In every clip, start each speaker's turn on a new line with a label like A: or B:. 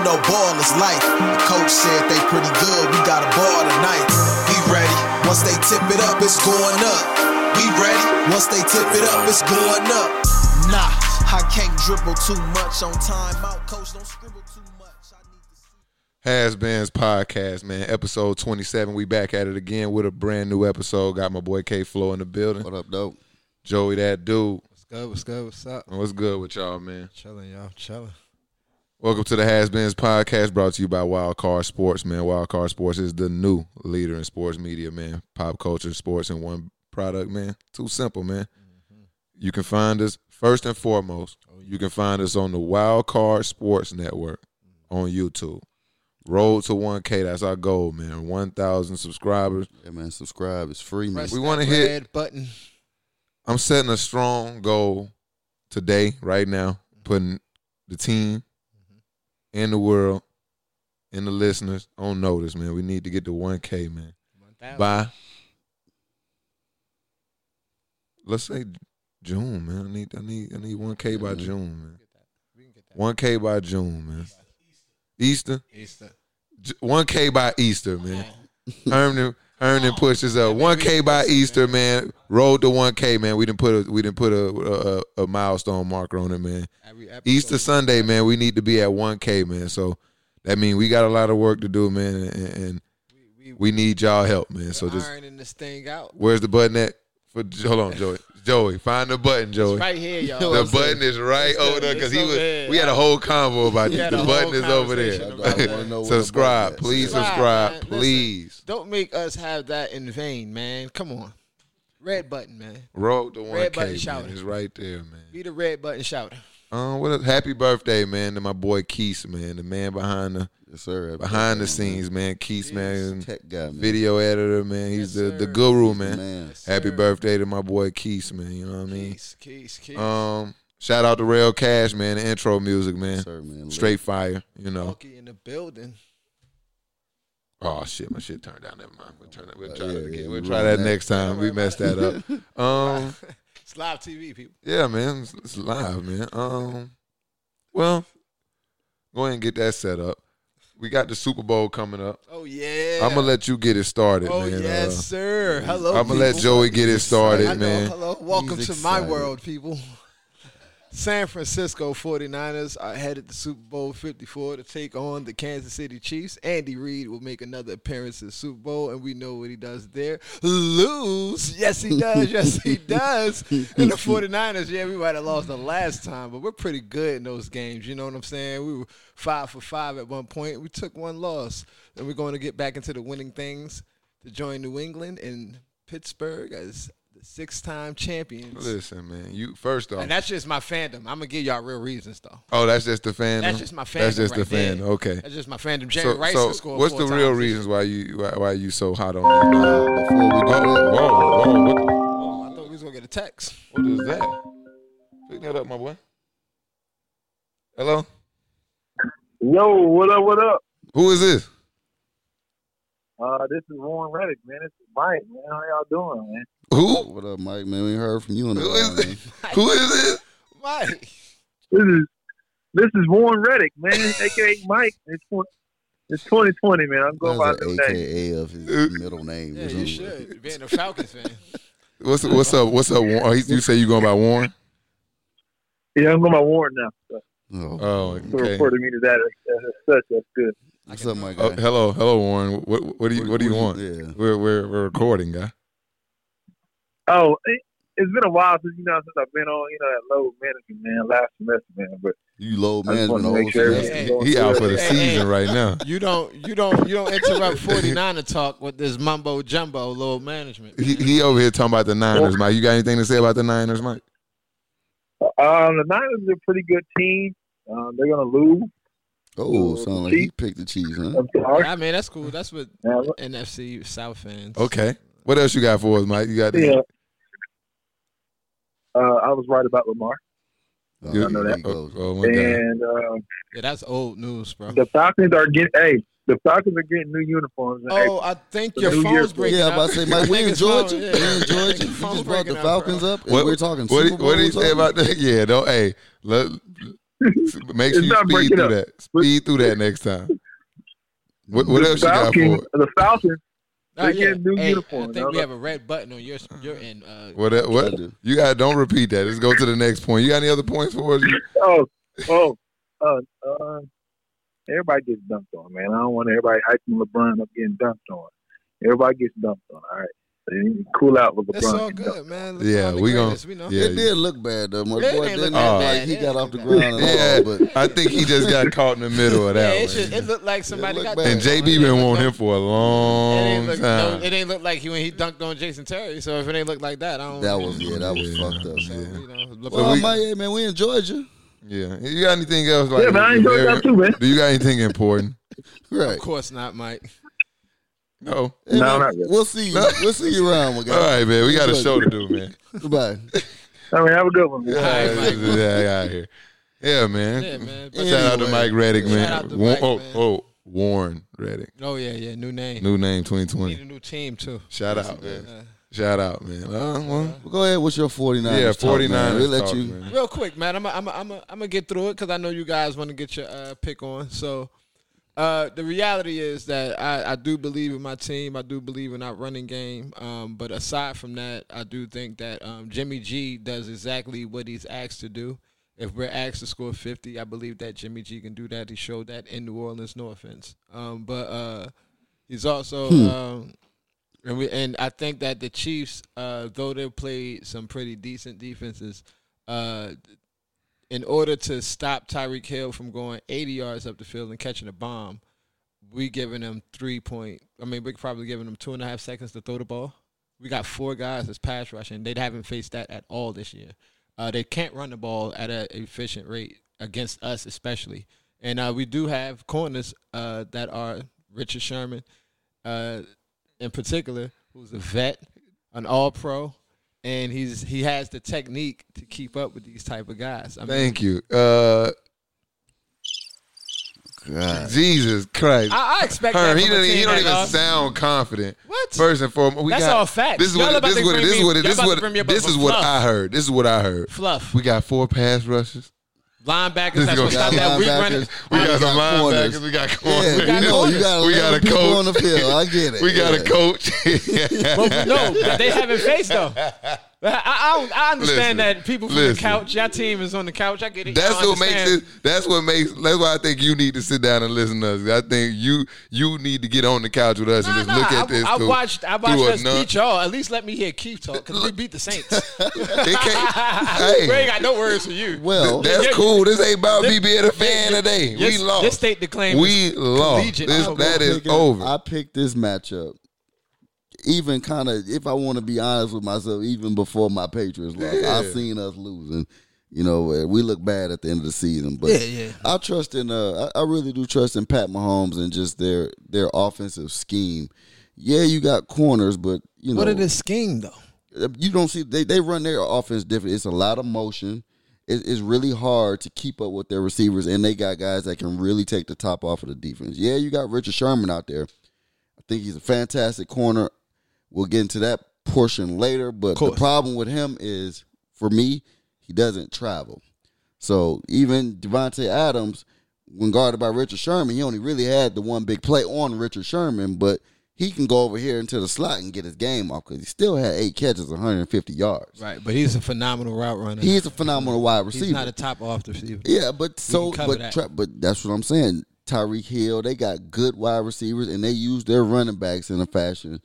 A: is life. The coach said they pretty good. We got a ball tonight. Be ready. Once they tip it up, it's going up. Be ready. Once they tip it up, it's going up. Nah, I can't dribble too much on time out. Coach, don't scribble too much. I need to see.
B: Has Been's podcast, man. Episode 27. We back at it again with a brand new episode. Got my boy K Flow in the building.
C: What up, dope?
B: Joey, that dude.
C: What's good? What's good? What's up?
B: What's good with y'all, man?
C: Chilling, y'all. Chilling.
B: Welcome to the Has Been's podcast brought to you by Wild Card Sports, man. Wild Card Sports is the new leader in sports media, man. Pop culture, sports, and one product, man. Too simple, man. You can find us, first and foremost, you can find us on the Wild Card Sports Network on YouTube. Road to 1K, that's our goal, man. 1,000 subscribers.
C: Yeah, man. Subscribe. It's free, man.
B: We want to hit
D: button.
B: I'm setting a strong goal today, right now, putting the team and the world and the listeners on notice, man. We need to get to 1K, man. By let's say June, man. I need I need I need 1K by June, man. 1K by June, man. Easter.
D: Easter.
B: J- 1K by Easter, man. Herman Herman pushes up. 1K by Easter, man. Road to 1K, man. We didn't put a we didn't put a a, a milestone marker on it, man.
D: Every episode.
B: Easter Sunday, man, we need to be at 1K, man. So that means we got a lot of work to do, man, and, and
D: We,
B: we need y'all help, man. So
D: so
B: just
D: ironing this thing out.
B: where's the button at? For hold on, Joey. Joey, find the button, Joey.
D: It's right here, y'all.
B: the button is right
D: It's
B: over there
D: it's
B: because he
D: over
B: was.
D: there.
B: We had a whole convo about
D: We
B: this.
D: had
B: The
D: a whole
B: button is over
D: conversation
C: about that. I
B: there.
C: wanna know where the button
B: subscribe,
C: is.
B: please
D: Subscribe,
B: subscribe,
D: man. Listen.
B: please.
D: Don't make us have that in vain, man. Come on. Red button, man.
B: Road to one
D: Red
B: K.
D: button shout.
B: It's right there, man.
D: Be the red button shouter.
B: Um, what a happy birthday, man, to my boy Keith, man, the man behind the
C: Yes, sir.
B: behind the scenes, man. Keith, man,
C: Tech guy, man.
B: video editor, man. He's
D: Yes,
B: the, the
D: sir.
B: guru, man.
C: Man.
B: Happy
D: Sir.
B: birthday to my boy Keith, man. You know what I mean?
D: Keys, keys, keys.
B: Um, shout out to Rail Cash, man. The intro music,
C: Yes,
B: man.
C: sir, man.
B: Straight fire, you know.
D: Funky in the building.
B: Oh shit, my shit turned down. Never mind. We'll turn that. We'll
C: Uh,
B: try
C: yeah,
B: that again.
C: yeah,
B: we'll
C: we
B: try
C: ruined
B: that
C: that.
B: next time. We messed that up. Um,
D: It's live TV, people.
B: yeah, man, it's, it's live, man. Um, well, go ahead and get that set up. We got the Super Bowl coming up.
D: Oh yeah.
B: I'm gonna let you get it started,
D: Oh
B: man.
D: yes, sir. Hello.
B: I'm gonna let
D: people.
B: Joey get it started,
D: I know.
B: man.
D: Hello. Welcome
C: He's
D: to my
C: excited.
D: world, people. San Francisco 49ers are headed to Super Bowl 54 to take on the Kansas City Chiefs. Andy Reid will make another appearance at Super Bowl, and we know what he does there. Lose. Yes, he does. Yes, he does. And the 49ers, yeah, we might have lost the last time, but we're pretty good in those games. You know what I'm saying? We were five for five at one point. We took one loss, and we're going to get back into the winning things to join New England and Pittsburgh as the six-time champions.
B: Listen, man. You first off,
D: And that's just my fandom. I'm gonna give y'all real reasons though.
B: Oh, that's just the fan.
D: Mm-hmm. That's just my fandom.
B: That's just
D: right
B: the fan.
D: there.
B: Okay.
D: That's just my fandom. Jerry Rice
B: so,
D: can
B: so
D: score
B: what's
D: four
B: the real
D: times.
B: reasons why you why, why you so hot on that? uh,
C: Before we do
B: Whoa,
C: that,
B: whoa, what,
D: I thought we was gonna get a text.
B: what is that? Pick that up, my boy. Hello,
E: Yo, what up, what up?
B: who is this?
E: Uh, this is Warren Reddick, man. This is Mike, man. How y'all doing, man?
B: Who?
C: what up, Mike, man? We ain't heard from you in a
B: Who
C: while,
B: is
C: man.
B: this? Who is this?
D: Mike.
E: This is this is Warren Reddick, man, aka Mike. It's twen- it's 2020, man. I'm going by
C: That's
E: the
C: an
E: name.
C: AKA of his middle name.
D: Yeah,
C: or
D: you
C: something.
D: should. Being a Falcons fan.
B: What's what's up? What's up? Warren? Oh, he- you say you going by Warren?
E: Yeah, I'm going by Warren now. So
C: Oh,
B: Oh,
E: for
B: okay.
E: reporting me to that as, as such, that's good.
C: what's up, Mike?
B: Oh, hello, hello, Warren. What what do you what do you want?
C: Yeah.
B: We're we're we're recording, guy.
E: Oh, it, it's been a while since you know since I've been on, you know, at load management, man, last semester, man. But
C: You low
E: I just
C: management
E: want to
C: all
E: make sure
C: semester.
E: everything's
D: Yeah.
E: going
B: He out for
E: good.
B: the
D: Hey,
B: season
D: hey.
B: right now.
D: You don't you don't you don't interrupt 49er talk with this mumbo jumbo low management.
B: He, he over here talking about the Niners, Mike. You got anything to say about the Niners, Mike?
E: Um, the Niners are a pretty good team. Um, they're gonna lose.
C: Oh, sound like he picked the cheese, huh?
E: I'm sorry.
D: I mean that's cool. That's what
E: Now,
D: NFC South fans.
B: Okay. What else you got for us, Mike? You got
E: yeah. Uh, I was right about Lamar.
C: Oh,
B: You-
E: I know
C: there
E: that.
C: you
B: Oh,
C: go.
B: oh my God.
E: And um,
D: Yeah, that's old news, bro.
E: The Falcons are getting hey, the Falcons are getting new uniforms. in April.
D: Oh, I think your
E: New
D: phone's
E: Year's
B: oh.
D: breaking
C: Yeah,
D: up.
C: I'm about to say, Mike,
D: I
C: we
D: think
C: in
D: it's phone,
C: Georgia.
D: yeah.
C: We in
D: I
C: Georgia.
D: think
C: You
D: your
C: just
D: phone's
C: brought
D: breaking
C: the
D: up, bro.
C: Falcons up, and
B: What-
C: we're talking
B: What
C: Super
B: did,
C: Bowl.
B: what did he say
C: talking-
B: about that? Yeah, don't hey, let, make sure
E: It's
B: you
E: not
B: speed
E: breaking
B: through
E: up.
B: that. Speed through that next time. What, what
E: the
B: else you got for
E: Falcons,
B: it?
E: the Falcons.
D: Nah,
E: They get new
D: Hey,
E: uniforms,
D: I think we
E: huh?
D: have a red button on your your end. Uh,
B: What? el- What?
C: I do.
B: You got? Don't repeat that. Let's go to the next point. You got any other points for us?
E: Oh, oh, uh, uh, everybody gets dumped on, man. I don't want everybody hyping LeBron up getting dumped on. Everybody gets dumped on. All right, so you need to cool out with LeBron.
F: It's all
E: getting dumped
F: good, man.
B: Yeah,
F: LeBron
B: we
F: the
B: gon-
F: greatest, we know.
B: Yeah,
C: it did look bad though. My
D: Yeah, it
C: boy
D: ain't
C: didn't
D: look that
C: look
D: bad.
C: like he
D: It
C: got
D: ain't
C: off the
D: look
C: ground and
B: Yeah.
C: all, but
B: I think he just got caught in the middle of
D: yeah,
B: that.
D: it,
B: one.
D: should, it looked like somebody
C: looked
D: got
C: bad.
B: and
D: dunked
B: JB
D: on. It
B: been
D: looked
B: wanting him
D: like-
B: for a
D: It ain't
B: long
D: look, no,
B: time.
D: it ain't look like he when he dunked on Jason Terry. So if it ain't look like that, I don't.
C: that was yeah, that was fucked up.
D: so, you know,
C: Well,
B: we-
C: my, yeah, man, we in Georgia,
B: yeah. You got anything else? Like,
E: Yeah, man, I enjoyed
B: very-
E: that too, man.
B: Do you got anything important?
C: right?
D: of course not, Mike.
B: No.
C: Hey,
E: No,
C: man,
E: not really.
C: We'll see. You. We'll see you around, my
B: All
C: guy.
B: right, man. We got a show to do, man.
C: Goodbye.
E: on. I mean, have a good one. man.
B: Yeah,
D: right, Mike.
B: yeah, yeah, yeah. Yeah, man.
D: Yeah, man. But-
B: Shout out to
C: Anyway.
B: Mike Reddick, man.
D: Shout out to
B: Wa-
D: Mike,
B: oh,
D: man.
B: oh, Warren Reddick.
D: Oh yeah, yeah. New name.
B: New name
D: Need
B: 2020.
D: a new team too.
B: Shout out, man. Shout out, man. Uh, well,
C: Go ahead. What's your 49?
B: yeah, 49.
C: Uh-huh. Talk, we let
B: talk,
C: you.
B: man.
D: Real quick, man. I'm i I'm i I'm i am I'm gonna get through it because I know you guys want to get your uh, pick on. So uh, the reality is that I, I do believe in my team. I do believe in our running game. Um, but aside from that, I do think that um, Jimmy G does exactly what he's asked to do. If we're asked to score 50, I believe that Jimmy G can do that. He showed that in New Orleans. No offense, um, but uh, he's also. Um, and we and I think that the Chiefs, uh, though they played some pretty decent defenses, uh, in order to stop Tyreek Hill from going 80 yards up the field and catching a bomb, we giving him three point. I mean, we're probably giving him two and a half seconds to throw the ball. We got four guys that's pass rushing. They haven't faced that at all this year. Uh, they can't run the ball at an efficient rate against us, especially. And uh, we do have corners uh, that are Richard Sherman, uh, in particular, who's a vet, an All Pro, and he's he has the technique to keep up with these type of guys. I mean,
B: Thank you. Uh,
C: God.
B: Jesus Christ.
D: I, I expect
B: Her,
D: that
B: he
D: from a
B: didn't,
D: team
B: he don't
D: that
B: even
D: lost.
B: sound confident.
D: What?
B: First and foremost, we
D: That's
B: got,
D: all facts.
B: This is
D: Y'all
B: what
D: about
B: this
D: to
B: is what
D: bring
B: this is
D: me-
B: what
D: y'all
B: this
D: about to
B: is
D: bring me
B: what
D: up
B: this
D: with
B: is what
D: fluff.
B: I heard. This is what I heard.
D: Fluff.
B: We got four pass rushes.
D: Linebackers.
B: This
D: That's
B: is gonna-
D: what stopped that. We running.
C: Linebackers.
B: We got some
C: got corners.
B: linebackers. We got
C: Yeah,
B: corners.
C: we
D: got
C: know you
D: corners.
C: got a
B: We
C: lot
B: got
C: of
B: a
C: people
B: coach.
C: on the field. I get it.
B: We got a
C: Yeah.
B: coach.
D: But no, but they haven't faced though. I, I, don't- I understand
B: Listen,
D: that people from the
B: listen.
D: couch. Your team is on the couch. I get it.
B: That's
D: Y'all
B: what makes
D: understand.
B: it. That's what makes. That's why I think you need to sit down and listen to us. I think you you need to get on the couch with us and
D: Nah,
B: just
D: nah,
B: look
D: I,
B: at this.
D: I
B: through-
D: watched. I watched
B: through a
D: us
B: nun-
D: beat y'all. At least let me hear Keith talk because we beat the Saints.
B: It can't- hey.
D: we ain't got no words for you.
C: Well,
B: That's
D: Yeah,
B: cool. This ain't about me being a fan today. We
D: This- This
B: lost.
D: state declaimed.
B: We lost.
D: collegiate.
B: This,
D: I'll
B: that
C: I
B: is
C: picked-
B: over.
C: I picked this matchup. Even kind of, if I want to be honest with myself, even before my Patriots lost, I seen us losing. You know, uh, we look bad at the end of the season, but I trust in. Uh, I, I really do trust in Pat Mahomes and just their their offensive scheme. Yeah, you got corners, but you know
F: What did this scheme though?
C: you don't see they, they run their offense different. It's a lot of motion. It, it's really hard to keep up with their receivers, and they got guys that can really take the top off of the defense. Yeah, you got Richard Sherman out there. I think he's a fantastic corner. We'll get into that portion later, but the
F: course.
C: problem with him is, for me, he doesn't travel. So even Devontae Adams, when guarded by Richard Sherman, he only really had the one big play on Richard Sherman, but he can go over here into the slot and get his game off because he still had eight catches, 150 yards.
D: Right, but he's a phenomenal route runner.
C: He is a phenomenal wide receiver.
D: He's not a top off receiver.
C: Yeah, but so
D: cover
C: but
D: that.
C: tra- but that's what I'm saying. Tyreek Hill, they got good wide receivers, and they use their running backs in a fashion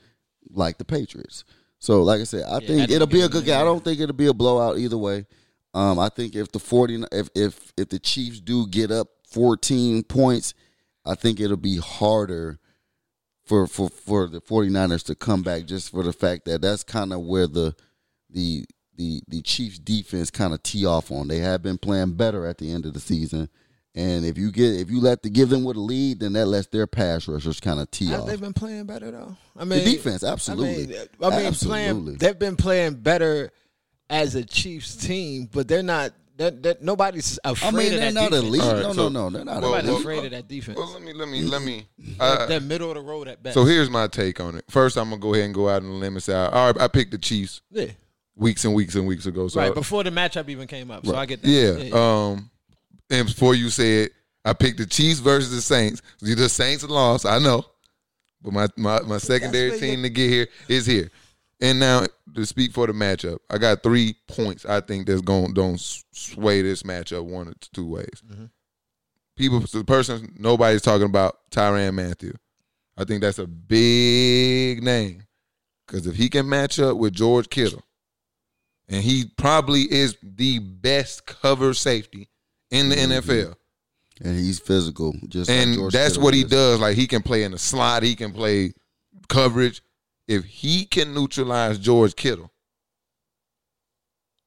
C: like the Patriots. So, like I said, I think
D: that's
C: it'll be a
D: good,
C: good game. I don't think it'll be a blowout either way. Um, I think if the forty, if if if the Chiefs do get up 14 points, I think it'll be harder for for for the 49ers to come back just for the fact that that's kind of where the the the the Chiefs defense kind of tee off on. They have been playing better at the end of the season. And if you get if you let the give them with a lead, then that lets their pass rushers kind of tee off.
F: They've been playing better though.
D: I
C: The
D: mean,
C: defense, absolutely.
D: I mean, I mean
C: Absolutely.
D: playing. They've been playing better as a Chiefs team, but they're not. They're, they're, nobody's
C: I
D: afraid
C: mean,
D: of
C: they're
D: that
C: not
D: defense.
C: elite.
B: All right,
C: no,
B: so-
C: no, no, they're not
B: Well,
C: elite.
D: Nobody's
B: well,
D: afraid of that defense.
B: Well, let me let me let me.
D: they're,
B: Uh,
D: they're middle of the road at best.
B: so here's my take on it. First, I'm gonna go ahead and go out on the limb and say, all right, I picked the Chiefs
D: yeah,
B: weeks and weeks and weeks ago. So
C: Oh,
D: right before the matchup even came up. So I get that.
B: yeah, um, and before you said, I picked the Chiefs versus the Saints. The Saints lost, I know. But my, my, my secondary team to get here is here. And now to speak for the matchup, I got three points. I think that's going don't sway this matchup one or two ways. People, the person nobody's talking about, Tyran Matthew. I think that's a big name because if he can match up with George Kittle, and he probably is the best cover safety in the NFL
C: and he's physical. Just like
B: and
C: George
B: that's
C: Kittle
B: what he
C: is.
B: does. Like he can play in the slot, he can play coverage. If he can neutralize George Kittle,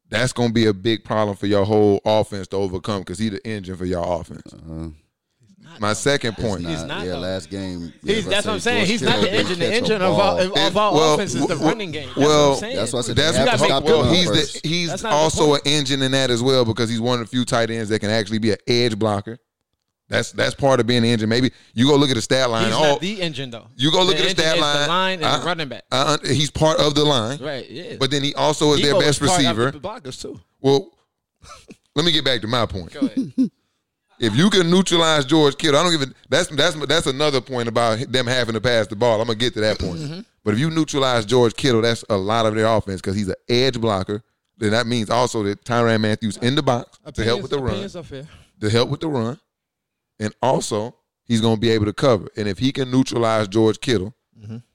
B: that's gonna be a big problem for your whole offense to overcome because he's the engine for your offense.
C: Uh-huh.
B: My second point.
C: Nah,
B: is
D: He's not,
C: yeah,
D: though.
C: last game. yeah,
D: He's,
C: if I
D: that's
C: say
D: what I'm saying.
C: George
D: He's not
C: Kittle
D: the engine. The
C: didn't catch a
D: engine of our,
C: ball,
D: of, of our
B: well,
D: offense is the
B: w-
D: running game. That's
B: well,
D: what I'm saying.
C: that's what I said.
B: That's
C: You
D: gotta
B: what-
D: make
B: well,
D: the run
B: he's
C: first.
B: the, he's
D: That's not the
B: also an
D: point.
B: engine in that as well because he's one of the few tight ends that can actually be an edge blocker. That's that's part of being an engine. Maybe you go look at the stat line.
D: He's
B: oh,
D: not the engine though.
B: you go look
D: The
B: at the
D: engine
B: stat
D: is
B: line.
D: The line and
B: I-
D: the running back.
B: I, he's part of the line.
D: Right. Yeah.
B: But then he also is
D: Debo
B: their best
D: was part of
B: receiver.
D: The blockers too.
B: Well, let me get back to my point.
D: Go ahead.
B: If you can neutralize George Kittle, I don't even. That's that's that's another point about them having to pass the ball. I'm gonna get to that point. But if you neutralize George Kittle, that's a lot of their offense because he's an edge blocker. Then that means also that Tyrann Matthews in the box to help with the run,
D: Opinions are fair.
B: to help with the run, and also he's gonna be able to cover. And if he can neutralize George Kittle,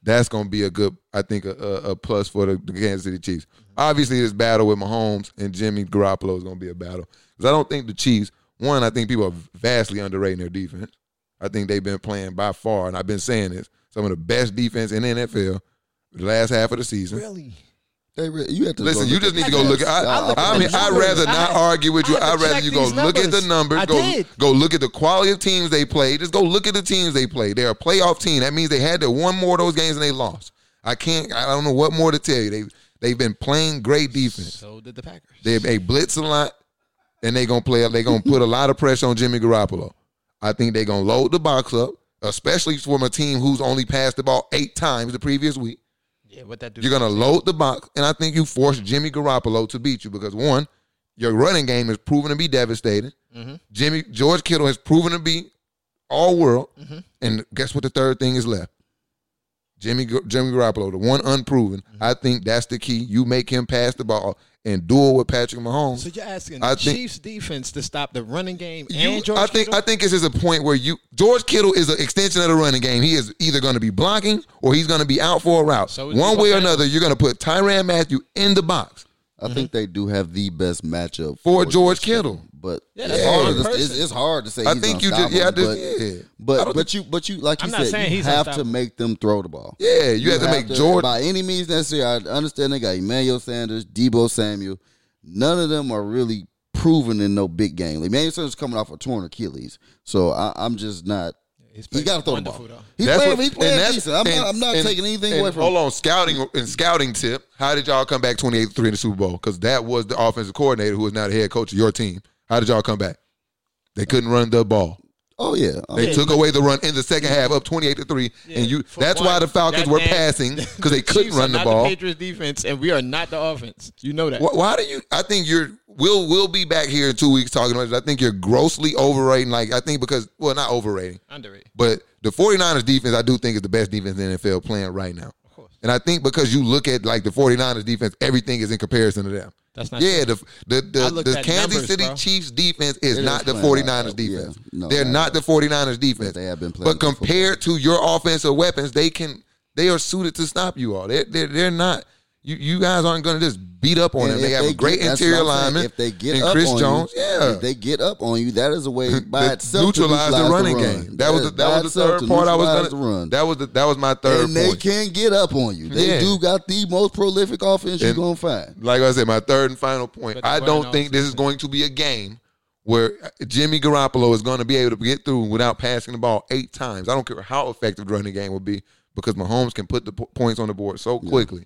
B: that's gonna be a good, I think, a, a, a plus for the, the Kansas City Chiefs. Obviously, this battle with Mahomes and Jimmy Garoppolo is gonna be a battle because I don't think the Chiefs. One, I think people are vastly underrating their defense. I think they've been playing by far, and I've been saying this, some of the best defense in the NFL the last half of the season.
D: Really?
C: They re- you have to
B: Listen,
C: go
B: you
C: look
B: just
C: at
B: need to
C: the
B: go look. At,
C: stats.
B: I,
C: Nah,
B: I,
D: at
B: mean,
D: the
B: I'd
D: numbers.
B: rather not
D: I-
B: argue with you.
D: I had
B: I'd
D: to
B: rather
D: check
B: you go
D: these
B: look at the
D: numbers.
B: numbers.
D: I
B: Go,
D: did.
B: go look at the quality of teams they played. Just go look at the teams they played. They're a playoff team. That means they had to one more of those games and they lost. I can't. I don't know what more to tell you. They they've been playing great defense.
D: So did the Packers.
B: They they blitz a lot, and they gonna play. They gonna put a lot of pressure on Jimmy Garoppolo. I think they gonna load the box up, especially from a team who's only passed the ball eight times the previous week.
D: Yeah. What that do?
B: You're gonna load the box, and I think you force Jimmy Garoppolo to beat you because one, your running game is proven to be devastating.
D: Mm-hmm.
B: Jimmy George Kittle has proven to be all world,
D: Mm-hmm.
B: and guess what? The third thing is left. Jimmy Gar- Jimmy Garoppolo, the one unproven.
D: Mm-hmm.
B: I think that's the key. You make him pass the ball and duel with Patrick Mahomes.
D: So you're asking
B: I
D: the
B: think-
D: Chiefs defense to stop the running game
B: You-
D: and George
B: I think
D: Kittle?
B: I think it's just a point where you George Kittle is an extension of the running game. He is either going to be blocking or he's going to be out for a route.
D: So is
B: One
D: Debo
B: way or
D: Samuel.
B: another, you're going to put Tyrann Matthew in the box
C: I think they do have the best matchup
B: for George Kittle.
C: But
D: Yeah,
C: it's,
D: that's
B: all
C: hard
B: in
C: to, it's,
D: person.
C: it's hard to say.
B: I
C: he's
B: think you just yeah, I
C: unstoppable,
B: just
C: but,
B: yeah. I
C: But
B: don't
C: but you but you like you
D: I'm not
C: said
D: saying
C: you
D: he's
C: have to
D: unstoppable.
C: make them throw the ball.
B: yeah, you, have to make George
C: by any means necessary. I understand they got Emmanuel Sanders, Debo Samuel. None of them are really proven in no big game. Like, Emmanuel Sanders coming off a torn Achilles, so I, I'm just not.
D: He's
C: He
D: played
C: got to throw the
D: wonderful,
C: ball.
D: though.
C: He's
B: That's
C: playing,
B: what-
C: he's
B: and
C: playing
B: that's-
C: decent. I'm
B: and-
C: not, I'm not
B: and-
C: taking anything
B: and
C: away from.
B: Hold
C: him.
B: on, scouting and scouting tip. How did y'all come back 28-3 in the Super Bowl? Because that was the offensive coordinator who is now the head coach of your team. How did y'all come back? They couldn't run the ball.
C: Oh yeah,
B: They
C: Um,
B: took away the run in the second half, up twenty eight to three, and you.
D: for
B: That's why
D: one,
B: the Falcons
D: that
B: were
D: man-
B: passing because they couldn't
D: Chiefs
B: run
D: are
B: the
D: not
B: ball.
D: The Patriots defense, and we are not the offense. You know that.
B: why, why do you? I think you're. We'll we'll be back here in two weeks talking about this. I think you're grossly overrating. Like I think because well, not overrating,
D: Underrated.
B: but the 49ers defense I do think is the best defense in the NFL playing right now. And I think because you look at like the 49ers defense, everything is in comparison to them.
D: That's not
B: Yeah, the the
D: I
B: the,
D: looked
B: the
D: at
B: Kansas
D: numbers,
B: City
D: bro.
B: Chiefs defense is
C: It is
B: not the
C: playing like
B: 49ers
C: that. Yeah.
B: defense.
C: No,
B: They're not
C: not
B: the 49ers defense.
C: They have been playing
B: But
C: good football.
B: compared to your offensive weapons, they can they are suited to stop you all. They're they're, they're not you, you guys aren't going to just beat up on
C: and
B: them.
C: if
B: They have a
C: get-
B: great
C: that's what
B: interior
C: I'm saying.
B: lineman.
C: If they get
B: and
C: up
B: Chris
C: on
B: Jones.
C: you,
B: yeah,
C: if they get up on you, that is a way by
B: that
C: itself to
B: neutralize the running
C: run.
B: game. That was the,
C: Yes, by
B: that was the third
C: itself to
B: part I was gonna.
C: neutralize the run.
B: That was the that was my third
C: and
B: point.
C: they can get up on you. They
B: Yeah.
C: do got the most prolific offense you're
B: And-
C: gonna find.
B: like I said, my third and final point.
D: But the
B: I
D: running
B: don't think this is
D: offense.
B: going to be a game where Jimmy Garoppolo is going to be able to get through without passing the ball eight times. I don't care how effective the running game will be because Mahomes can put the po- points on the board so quickly.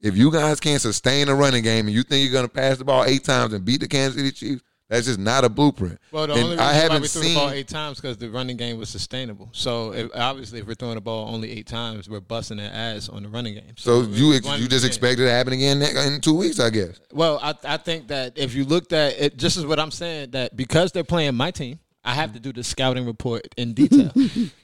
B: If you guys can't sustain a running game and you think you're going to pass the ball eight times and beat the Kansas City Chiefs, that's just not a blueprint.
D: Well, the
B: and
D: only reason why we threw the ball eight times because the running game was sustainable. So if, obviously, if we're throwing the ball only eight times, we're busting their ass on the running game.
B: so you ex-
D: one-
B: you just
D: yeah.
B: expect it to happen again ne- in two weeks, I guess.
D: Well, I, I think that if you looked at it, this is what I'm saying that because they're playing my team, I have to do the scouting report in detail.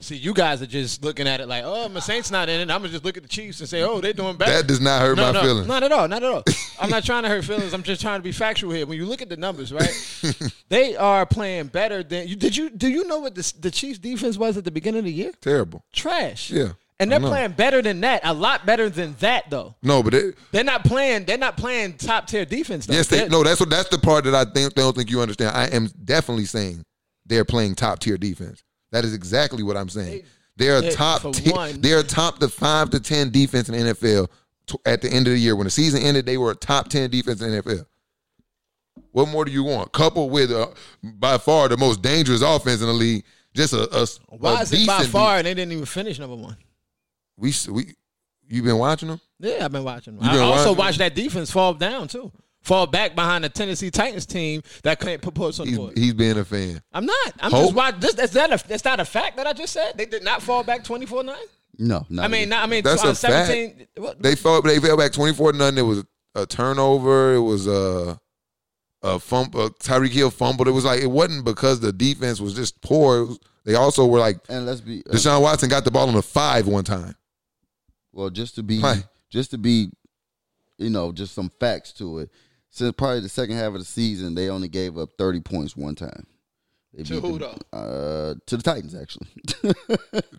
D: See, you guys are just looking at it like, oh, my Saints not in it. I'm gonna just look at the Chiefs and say, oh, they're doing better.
B: That does not hurt
D: no,
B: my
D: no,
B: feelings.
D: Not at all. Not at all. I'm not trying to hurt feelings. I'm just trying to be factual here. When you look at the numbers, right? they are playing better than you. Did you do you know what the, the Chiefs defense was at the beginning of the year?
B: Terrible.
D: Trash.
B: Yeah, I
D: And they're
B: know.
D: playing better than that. A lot better than that, though.
B: No, but it,
D: They're not playing. They're not playing top tier defense. Though.
B: yes, they,
D: They're-
B: no. That's what. That's the part that I think don't think you understand. I am definitely saying they're playing top tier defense. That is exactly what I'm saying. They, are
D: they- for
B: top. T-
D: one-
B: they are top to five to ten defense in NFL. t- at the end of the year, when the season ended, they were a top ten defense in NFL. What more do you want? Coupled with uh, by far the most dangerous offense in the league, just a, a, a
D: Why is it by
B: decent
D: far and they didn't even finish number one?
B: we we you been watching them?
D: Yeah, I've been watching.
B: You
D: I
B: been
D: also
B: watching?
D: watched that defense fall down too, fall back behind the Tennessee Titans team that couldn't put points on the
B: He's,
D: board.
B: he's being a fan.
D: I'm not. I'm
B: Hope?
D: just watching. This, that's that. A, that's not a fact that I just said. They did not fall back 24 nine.
C: No, not
D: I mean, not, I mean,
B: That's
D: uh,
B: a fact.
D: 17. What,
B: They fell they fell back twenty four nothing. It was a turnover. It was a a fumble. Tyreek Hill fumbled. It was like it wasn't because the defense was just poor. It was- they also were like
C: and let's be uh,
B: Deshaun Watson got the ball on the five one time.
C: well, just to be
B: Right.
C: just to be, you know, just some facts to it. Since probably the second half of the season, they only gave up thirty points one time. They
D: To
C: beat
D: who,
C: the- Uh, to the Titans, actually.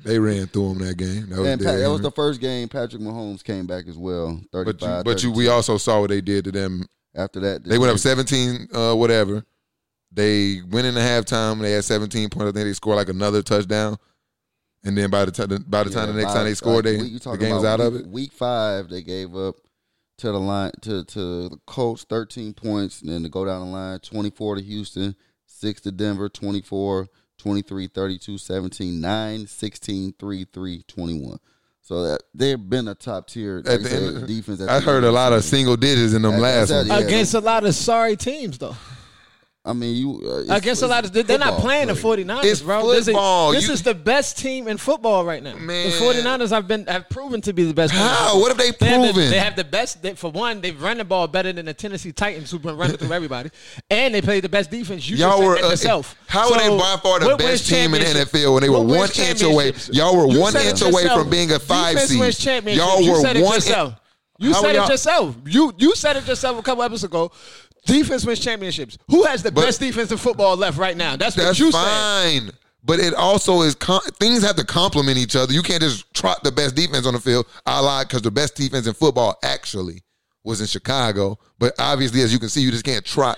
B: They ran through him that game. That was,
C: and Pat,
B: dead.
C: that was the first game Patrick Mahomes came back as well.
B: but you,
C: Thirty-five.
B: but you, we also saw what they did to them.
C: after that,
B: They went up seventeen, uh, whatever. They went into halftime. They had seventeen points. I think they scored like another touchdown. And then by the time by the time the
C: Yeah,
B: next
C: by-
B: time they scored,
C: like,
B: they
C: we- you
B: the
C: talking
B: game was out
C: about
B: of
C: week-
B: it.
C: Week five, they gave up to the line to to the Colts thirteen points, and then to go down the line twenty four to Houston, six to Denver, 24, 23, 32, 17, 9, 16, 3, 3, 21. So that they've been a top tier
B: At the
C: they said,
B: end-
C: defense. at
B: I
C: the
B: heard
C: end
B: a lot
C: the
B: of
C: season.
B: single digits in them
C: At-
B: last ones.
C: at- yeah,
D: against a lot of sorry teams, though.
C: I mean, you uh, it's-
D: Against a
C: it's
D: lot of they're not
C: football,
D: playing
C: really.
D: the 49ers,
B: It's
D: bro. This, is,
B: football.
D: this
B: You-
D: is the best team in football right now.
B: Man.
D: The 49ers have been have proven to be the best. team.
B: How? What have they
D: They have, the,
B: proven?
D: they have the best. They, for one, they've run the ball better than the Tennessee Titans, who've been running through everybody, and they played the best defense. You
B: Y'all
D: just
B: were
D: said that
B: uh,
D: yourself.
B: how are they
D: So,
B: by far the
D: what wins
B: best team in the
D: championships?
B: NFL when they were
D: What wins
B: one inch away?
D: championships?
B: Y'all were
D: You
B: one
D: said it
B: inch away
D: yourself.
B: from being a five
D: Defense
B: seed.
D: wins championships.
B: Y'all
D: You
B: were
D: said it
B: one.
D: yourself.
B: inch-
D: You
B: How are
D: said
B: y'all-
D: it yourself. You you said it yourself a couple episodes ago. Defense wins championships. Who has the
B: But-
D: best defense in football left right now? That's,
B: That's
D: what you said.
B: fine. But it also is com- things have to complement each other. You can't just trot the best defense on the field. I lied because the best defense in football actually was in Chicago. But obviously, as you can see, you just can't trot.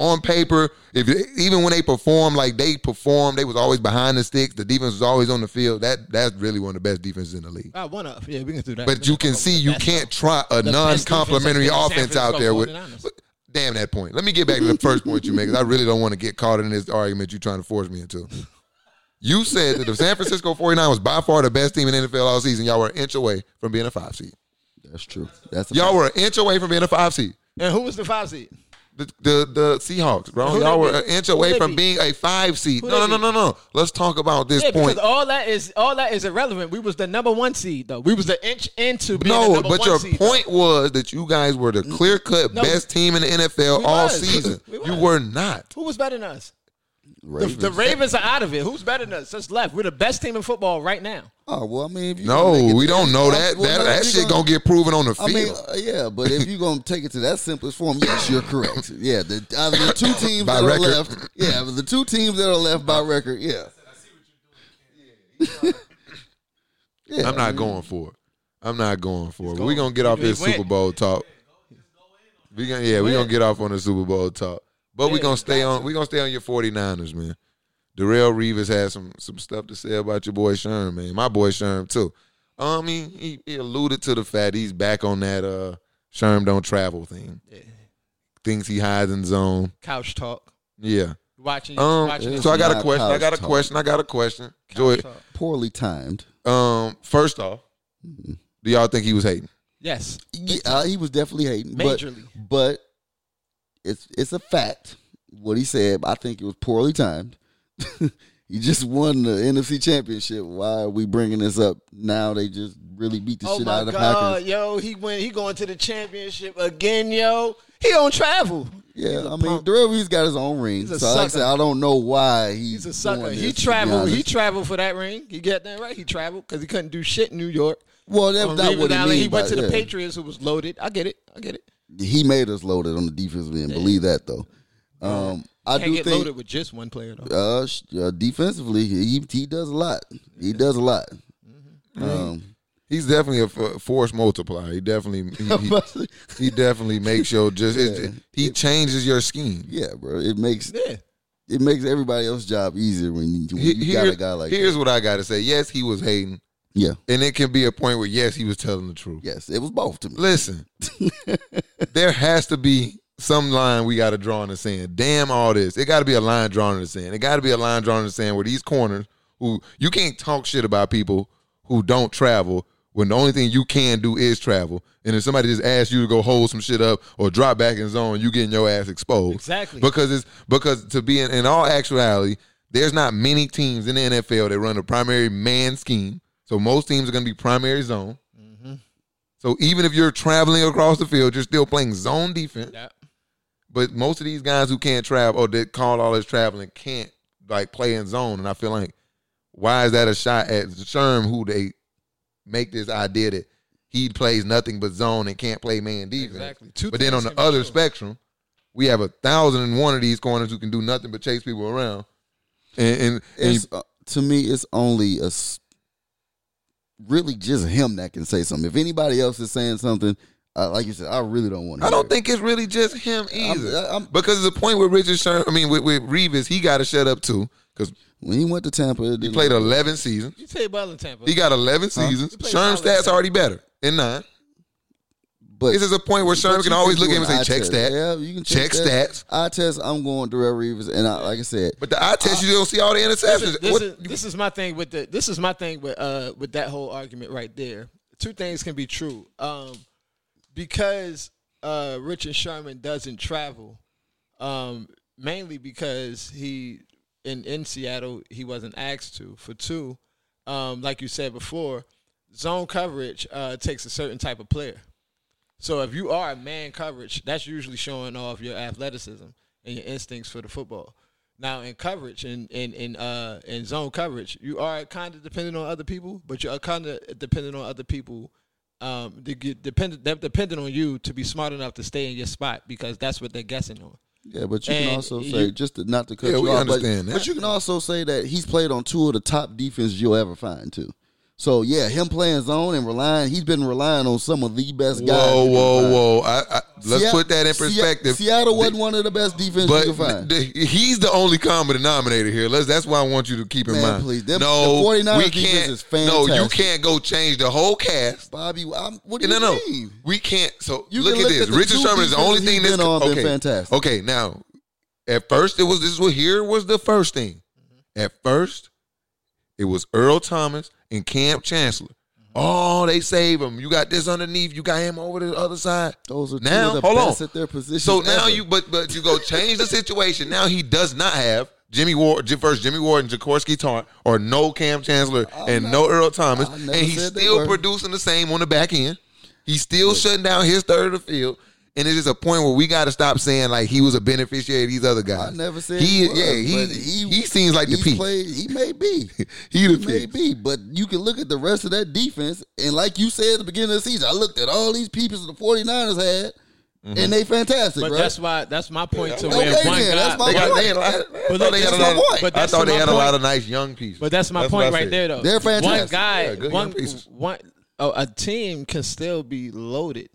B: On paper, if you, even when they perform like they perform, they was always behind the sticks. The defense was always on the field. That that's really one of the best defenses in the league.
D: Ah, one up. Yeah, we can do that.
B: But you can see you can't trot a non-complimentary
D: defense
B: offense
D: in San
B: out there with.
D: Francisco 49ers.
B: but- Damn that point. Let me get back to the first point you made because I really don't want to get caught in this argument you're trying to force me into. You said that the San Francisco 49 was by far the best team in NFL all season. Y'all were an inch away from being a five seed.
C: That's true. That's a
B: Y'all were an inch away from being a five seed.
D: And who was the five seed?
B: The, the the Seahawks, bro.
D: Who they
B: Y'all were an
D: beat?
B: inch
D: Who
B: away
D: they
B: from
D: beat?
B: being a five seed.
D: Who
B: No, no,
D: they
B: no, no, no. Let's talk about this
D: Yeah,
B: point.
D: because all that is all that is irrelevant. We was the number one seed though. We was the inch into being the
B: No,
D: number
B: but
D: one
B: your
D: seed,
B: point was that you guys were the clear cut
D: No.
B: best team in the NFL
D: We
B: all
D: was.
B: season.
D: We
B: you
D: was.
B: were not.
D: Though. Who was better than us? The,
C: Ravens.
D: the Ravens are out of it. Who's better than us? Just left. We're the best team in football right now.
C: Oh well, I mean, if you gonna make
B: No,
C: it
B: we
C: to-
B: don't know
C: Oh,
B: that.
C: well,
B: that
C: no,
B: that
C: if you
B: shit
C: gonna-
B: gonna get proven on the
C: I
B: field.
C: mean, uh, yeah, but if you're gonna take it to that simplest form, yes, you're correct. Yeah, the, out of the two teams
B: By
C: that
B: record.
C: are left, yeah, the two teams that are left by record, yeah. yeah,
B: I'm not going for it. I'm not going for it. We're gonna get
D: He
B: off this
D: went.
B: Super Bowl talk. We gonna yeah, we're
D: Went.
B: gonna get off on the Super Bowl talk. But we're
D: Yeah,
B: gonna stay on we're gonna stay on your 49ers, man. Darrell Reeves had some some stuff to say about your boy Sherm, man. My boy Sherm too. Um he, he, he alluded to the fact he's back on that uh Sherm don't travel thing. Things he hides in zone.
D: Couch talk.
B: Yeah.
D: Watching.
B: Um
D: watching
C: it's
B: so I got a
C: not
B: question. I
C: couch
B: got a
C: talk.
B: question. I got a question. Joy
D: couch talk.
C: poorly timed.
B: um first off,
D: Mm-hmm.
B: do y'all think he was hating?
D: Yes.
C: Yeah, uh, he was definitely hating, but-
D: Majorly.
C: but, it's it's a fact what he said. I think it was poorly timed. You just won the NFC Championship. Why are we bringing this up now? They just really beat the
D: Oh
C: shit
D: my
C: out of the
D: God,
C: Packers.
D: yo, he went. He going to the championship again, yo. He don't travel.
C: Yeah, I mean, Darrell Reeves got his own ring.
D: He's a
C: So like I said,
D: sucker.
C: I don't know why he's,
D: He's a sucker.
C: doing
D: He
C: this, to be
D: traveled. He
C: honest.
D: traveled for that ring. He got that right. He traveled because he couldn't do shit in New York.
C: well,
D: On
C: that's not
D: Rhode
C: what he
D: Island,
C: mean
D: he went
C: by-
D: to the
C: yeah.
D: Patriots, who was loaded. I get it. I get it.
C: He made us loaded on the defensive end. Believe that though. Um, I
D: Can't
C: do
D: get
C: think
D: loaded with just one player though.
C: uh, sh- uh, defensively, he he does a lot. He does a lot.
D: Mm-hmm.
C: Um,
B: He's definitely a f- force multiplier. He definitely he, he, he definitely makes your just it, he changes your scheme.
C: yeah, bro. It makes
D: Yeah.
C: it makes everybody else's job easier when you, when
B: He-
C: you
B: here-
C: got a guy like that.
B: here's what I got to say. Yes, he was hating,
C: Yeah.
B: and it can be a point where yes, he was telling the truth.
C: Yes, it was both to me.
B: Listen, there has to be some line we got to draw in the sand. Damn all this. It got to be a line drawn in the sand. It got to be a line drawn in the sand where these corners who you can't talk shit about people who don't travel when the only thing you can do is travel. And if somebody just asks you to go hold some shit up or drop back in zone, you getting your ass exposed.
D: Exactly.
B: Because it's because to be in, in all actuality, there's not many teams in the NFL that run a primary man scheme. So most teams are going to be primary zone.
D: Mm-hmm.
B: So even if you're traveling across the field, you're still playing zone defense.
D: Yeah.
B: But most of these guys who can't travel or that call all this traveling can't like play in zone. And I feel like why is that a shot at Sherm who they make this idea that he plays nothing but zone and can't play man defense.
D: Exactly. Two
B: but then on
D: things
B: the
D: can be
B: other
D: true.
B: spectrum, we have a thousand and one of these corners who can do nothing but chase people around. And and, and
C: It's, uh, to me, it's only a s- really just him that can say something. If anybody else is saying something, uh, like you said, I really don't want. to
B: I don't think it's really just him either.
C: I'm-
B: because the point with Richard Sherm, I mean with, with Revis, he got to shut up too because
C: when he went to Tampa. It
B: he
C: didn't-
B: played 11 seasons.
D: You say about in Tampa.
B: He got 11
C: Huh?
B: seasons.
D: played
B: Sherm
D: solid.
B: stats already better in nine.
C: but
B: This is a point where
C: but
B: Sherm
C: you
B: can always
C: do
B: look at him
C: an
B: and say, check
C: eye test.
B: stat.
C: Yeah, you can
B: check
C: check,
B: stats.
C: Eye test. I'm going Darrell Reeves, and I, like I said,
B: But the eye test, you don't see all the
D: this,
B: interceptions.
D: is, this,
B: What-
D: is, this is my thing with the this is my thing with uh with that whole argument right there. Two things can be true. Um because uh Richard Sherman doesn't travel, um, mainly because he in in Seattle he wasn't asked to. For two, um, like you said before, zone coverage uh takes a certain type of player. So if you are a man coverage, that's usually showing off your athleticism and your instincts for the football. Now in coverage and in, in uh in zone coverage, you are kind of dependent on other people, but you are kind of dependent on other people. Um, they get dependent. They're dependent on you to be smart enough to stay in your spot because that's what they're guessing on.
C: yeah. But you
D: And
C: can also
D: you-
C: say just to, not to cut
B: Yeah,
C: you
B: we
C: off, but-
B: understand that.
C: but you can also say that he's played on two of the top defenses you'll ever find too. So yeah, him playing zone and relying, he's been relying on some of the best guys.
B: whoa,
C: you can
B: whoa,
C: find.
B: whoa. I, I, let's
C: Seat-
B: put that in
C: Seat-
B: perspective.
C: Seattle wasn't one of the best defenses you
B: But
C: can find.
B: th- he's the only common denominator here. Let's, that's why I want you to keep in
C: Man,
B: mind.
C: please, them-
B: no,
C: the 49ers
B: we
C: defense
B: can't.
C: is
B: No, you
C: fantastic.
B: can't go change the whole cast.
C: Bobby, I'm, what do
B: No,
C: you
B: no,
C: mean?
B: we can't. So
C: You
B: look
C: can
B: at
C: look
B: this.
C: at the
B: Richard
C: two
B: Sherman is the only
C: defenses
B: thing
C: he's
B: that's
C: been on, been
B: okay.
C: fantastic.
B: Okay, now at first it was this was here was the first thing.
C: Mm-hmm.
B: At first, it was Earl Thomas and Camp Chancellor.
C: Mm-hmm.
B: Oh, they save him. You got this underneath. You got him over the other side.
C: Those are two
B: now.
C: of the
B: hold
C: best
B: on.
C: at their position.
B: So now
C: ever.
B: you, but but you go change the situation. Now he does not have Jimmy Ward. J- First, Jimmy Ward and Jaworski Tart, or no Cam Chancellor and no Earl Thomas,
C: I
B: and
C: never
B: he's
C: said they
B: still
C: were.
B: producing the same on the back end. He's still shutting down his third of the field. And it is a point where we got to stop saying like he was a beneficiary of these other guys.
C: I never said
B: he.
C: he was,
B: yeah, he,
C: but
B: he
C: he-
B: seems like the
C: he's
B: peak.
C: played. He may be.
B: he the
C: He
B: peak.
C: may be, but you can look at the rest of that defense, and like you said at the beginning of the season, I looked at all these people the 49ers had,
B: Mm-hmm.
C: and they fantastic,
D: But
C: right?
D: that's why that's my point to
C: okay,
D: where one guy.
C: then, that's my
B: They got,
C: point.
B: they had a lot, I
D: But
B: thought they
D: that's
B: had a
D: my
B: lot of-
C: point.
D: But
B: I
D: that's
B: thought they
D: my
B: had a lot
D: point.
B: of nice young pieces.
D: But that's my
B: That's
D: point
B: what I
D: right
B: said.
D: there, though.
C: They're
D: One
C: fantastic.
D: guy,
B: Yeah, good
D: one,
B: young pieces.
D: one, oh, a team can still be loaded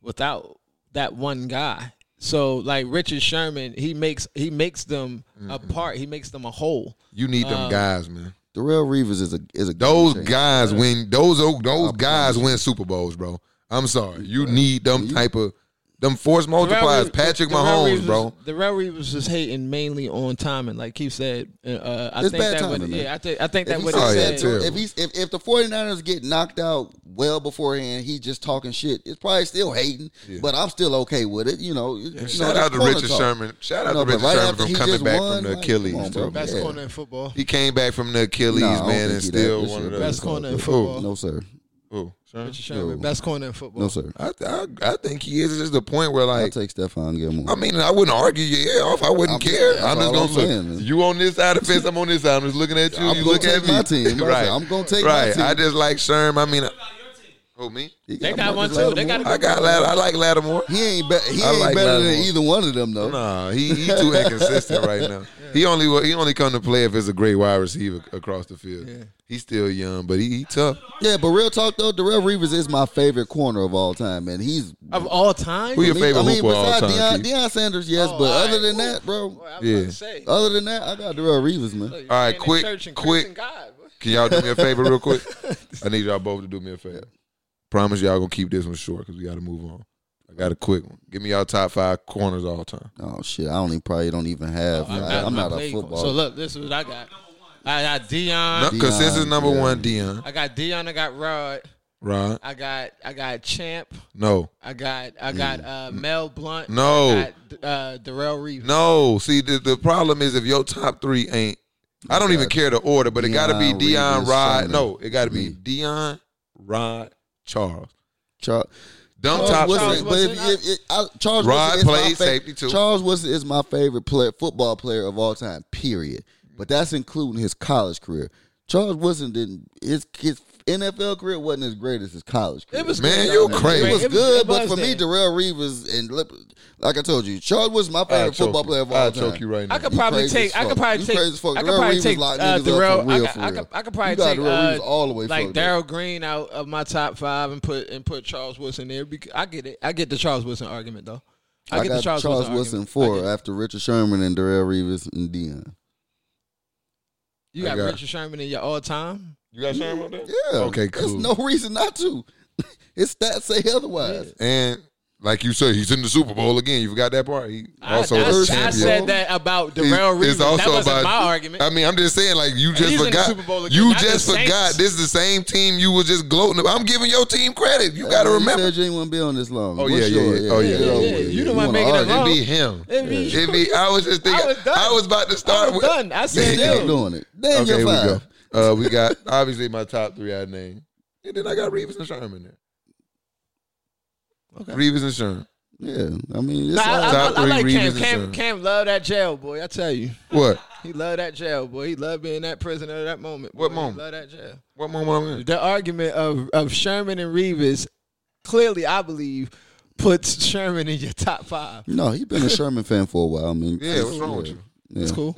D: without that one guy. So, like Richard Sherman, he makes he makes them a
C: Mm-hmm.
D: part. He makes them a whole.
B: you need them
D: Um,
B: guys, man.
C: Darrell Reeves is a is a
B: Those
C: game changer.
B: guys win. Those those guys win Super Bowls, bro. I'm sorry. You need them type of Them force multipliers,
D: Real Reeves-
B: Patrick
D: the Real Reeves
B: Mahomes,
D: was-
B: bro.
D: The Real Reeves was just hating mainly on timing, like Keith said. Uh, Uh, I
C: It's
D: think
C: bad
D: that would,
C: timing, man.
D: yeah, I think I think that
C: If he
D: would
B: Oh, yeah,
C: said
D: said.
C: that to-
B: terrible.
C: if he's if, if the 49ers get knocked out well beforehand, he's just talking shit. It's probably still hating, but I'm still okay with it. You know, you know,
B: Shout
C: that's
B: out to
C: protocol.
B: Richard Sherman. Shout out
C: No,
B: to
C: but
B: Richard
C: right
B: Sherman
C: after
B: from
C: he
B: coming
C: just
B: back
C: won,
B: from the
C: like, come
B: Achilles.
C: on,
B: bro.
C: bro.
D: Best
C: Yeah.
D: corner in football.
B: He came back from the Achilles,
C: Nah, I don't
B: man,
C: think
B: and
C: he that.
B: still
C: This
B: one
C: year,
B: of the
C: bro.
D: Best corner in
B: Who?
D: football.
C: No sir,
B: Who? Sherman?
D: Richard Sherman, best corner in football.
C: no sir.
B: I, I I think he is. It's just the point where
C: I'll
B: like
C: take Stefan Gilmore.
B: I mean, I wouldn't argue your ear off. I wouldn't
C: I'm-
B: care.
C: that's
B: I'm just gonna
C: all I'm
B: look.
C: saying, man.
B: You on this side of the fence. I'm on this side. I'm just looking at you.
C: I'm
B: you
C: gonna
B: look
C: take
B: at me.
C: my team, bro.
B: right.
C: I'm gonna take my
B: right.
C: team.
B: I just like Sherm. I mean, who me?
C: He
D: They got one
C: Marcus
D: too. They got
C: Lattimore.
B: I got. Lad- I like Lattimore.
C: He ain't be- he
B: I
C: ain't
B: like
C: better than
B: Lattimore.
C: either one of them though.
B: Nah, he he too inconsistent right now. He only wa- he only come to play if it's a great wide receiver across the field. He's still young, but he, he tough.
C: Yeah, but real talk though, Darrell Reeves is my favorite corner of all time, man. He's
D: Of all time,
B: Who your favorite
C: I mean,
B: hooper all
C: besides
B: time?
C: Deion,
B: Keith?
C: Deion Sanders, yes,
D: Oh,
C: but
D: all
C: other
D: right.
C: than that, bro,
D: Boy, I was
B: Yeah.
D: about to say.
C: other than that, I got Darrell Reeves, man.
D: All
B: right, quick, quick. Can y'all do me a favor real quick? I need y'all both to do me a favor. Promise y'all gonna keep this one short because we gotta move on. I got a quick one. Give me y'all top five corners all time.
C: Oh shit! I only probably don't even have. I,
D: got
C: am
D: my
C: not a
D: play.
C: football.
D: So look, this is what I got. I got Dion.
B: Because this is
C: Deion,
B: number
C: yeah.
B: one, Dion.
D: I got Dion. I got Rod.
B: Right?
D: I got I got Champ.
B: No,
D: I got I got uh, Mel Blunt.
B: No.
D: I got, uh, Darrell Reeves.
B: no. See, the, the problem is if your top three ain't, I don't even care the order, but it gotta be
C: Deion,
B: Dion
C: Reeves,
B: Rod.
C: Sumner.
B: No, it gotta be Dion Rod Charles.
C: Char-
B: Dumb
C: Charles
B: top
C: Woodson,
B: three.
C: but if, if, if, I, Charles
B: Rod
C: Woodson is my
B: plays
C: fa-
B: safety, too.
C: Charles Woodson is my favorite player, football player of all time. Period. But that's including his college career. Charles Woodson didn't his his NFL career wasn't as great as his college career.
D: It was
B: Man,
D: good,
B: you
D: though.
B: crazy.
C: It was
D: It was-
C: good,
D: it
C: but
D: was
C: for me,
D: then.
C: Darrell Reeves and Lip- like I told you, Charles was my
B: I'll
C: favorite
B: choke
C: football
B: you.
C: player of all
B: I'll
C: time.
B: choke you right now.
D: I could
C: You
D: probably
C: crazy
D: take.
C: as
D: I could
C: fuck.
D: probably
C: You
D: take.
C: crazy as fuck.
D: I could
C: Darrell
D: probably
C: Reeves
D: take
C: locked
D: uh,
C: niggas up for
D: Darrell. I
C: real,
D: could-
C: for
D: I
C: real.
D: could. I could probably
C: You got
D: take
C: Darrell
D: uh,
C: Reeves all the way
D: like
C: fucked up.
D: Daryl Green out of my top five and put and put Charles Woodson there. Bec- I get it. I get the Charles Woodson argument though. I,
C: I
D: get
C: got
D: the Charles, Woodson,
C: Woodson
D: argument. I
C: four
D: get it.
C: after Richard Sherman and Darrell Reeves and Dion.
D: You
B: I
D: got,
B: got-
D: Richard Sherman in your all time.
B: you got Sherman there?
C: Yeah.
B: Okay,
C: There's
B: cool.
C: no reason not to. His stats say otherwise.
B: And like you said, he's in the Super Bowl again. You forgot that part. He also
D: I, I,
B: a
C: first
D: I
B: champion.
D: said that about Darrell
B: It's-
D: Reeves.
B: it's also
D: That wasn't
B: about-
D: my argument.
B: I mean, I'm just saying, like you just
D: he's in the
B: forgot.
D: Super Bowl again,
B: you
D: not the
B: just
D: Saints.
B: forgot. This is the same team you was just gloating. about. I'm giving your team credit. You got to
C: You
B: remember.
C: said you ain't want to be on this long.
B: Oh,
C: What's
B: yeah, yeah,
C: your-
B: yeah. Oh, yeah,
C: get
B: yeah,
C: over
B: yeah.
C: with.
D: You the one
C: You wanna
D: making it
C: argue.
D: up.
B: It'd be him.
D: It'd be-
B: It'd be- I was just thinking. I
D: I was
B: was,
D: done.
B: about to start.
D: I was
B: with,
D: done. I said
C: Yeah,
D: that.
C: keep doing it.
B: okay,
C: Damn, you're
B: here we
C: five.
B: go. Uh, we got obviously my top three I named, and then I got Reeves and Sherman there. Okay. Reeves and Sherman.
C: Yeah, I mean, it's
D: Nah, I, I-
C: like,
B: Top
D: I
B: three
D: like Cam.
B: reasons
D: Cam,
B: to-
D: Cam love that jail boy. I tell you,
B: What?
D: he loved that jail boy. He loved being that prisoner of that moment.
B: What
D: boy.
B: moment?
D: He loved that jail.
B: What moment I'm in?
D: The argument of of Sherman and Reeves clearly, I believe, puts Sherman in your top five.
C: no, he been a Sherman fan for a while. I mean,
B: Yeah,
C: since-
B: what's wrong with
C: yeah.
B: you?
C: Yeah.
D: That's cool.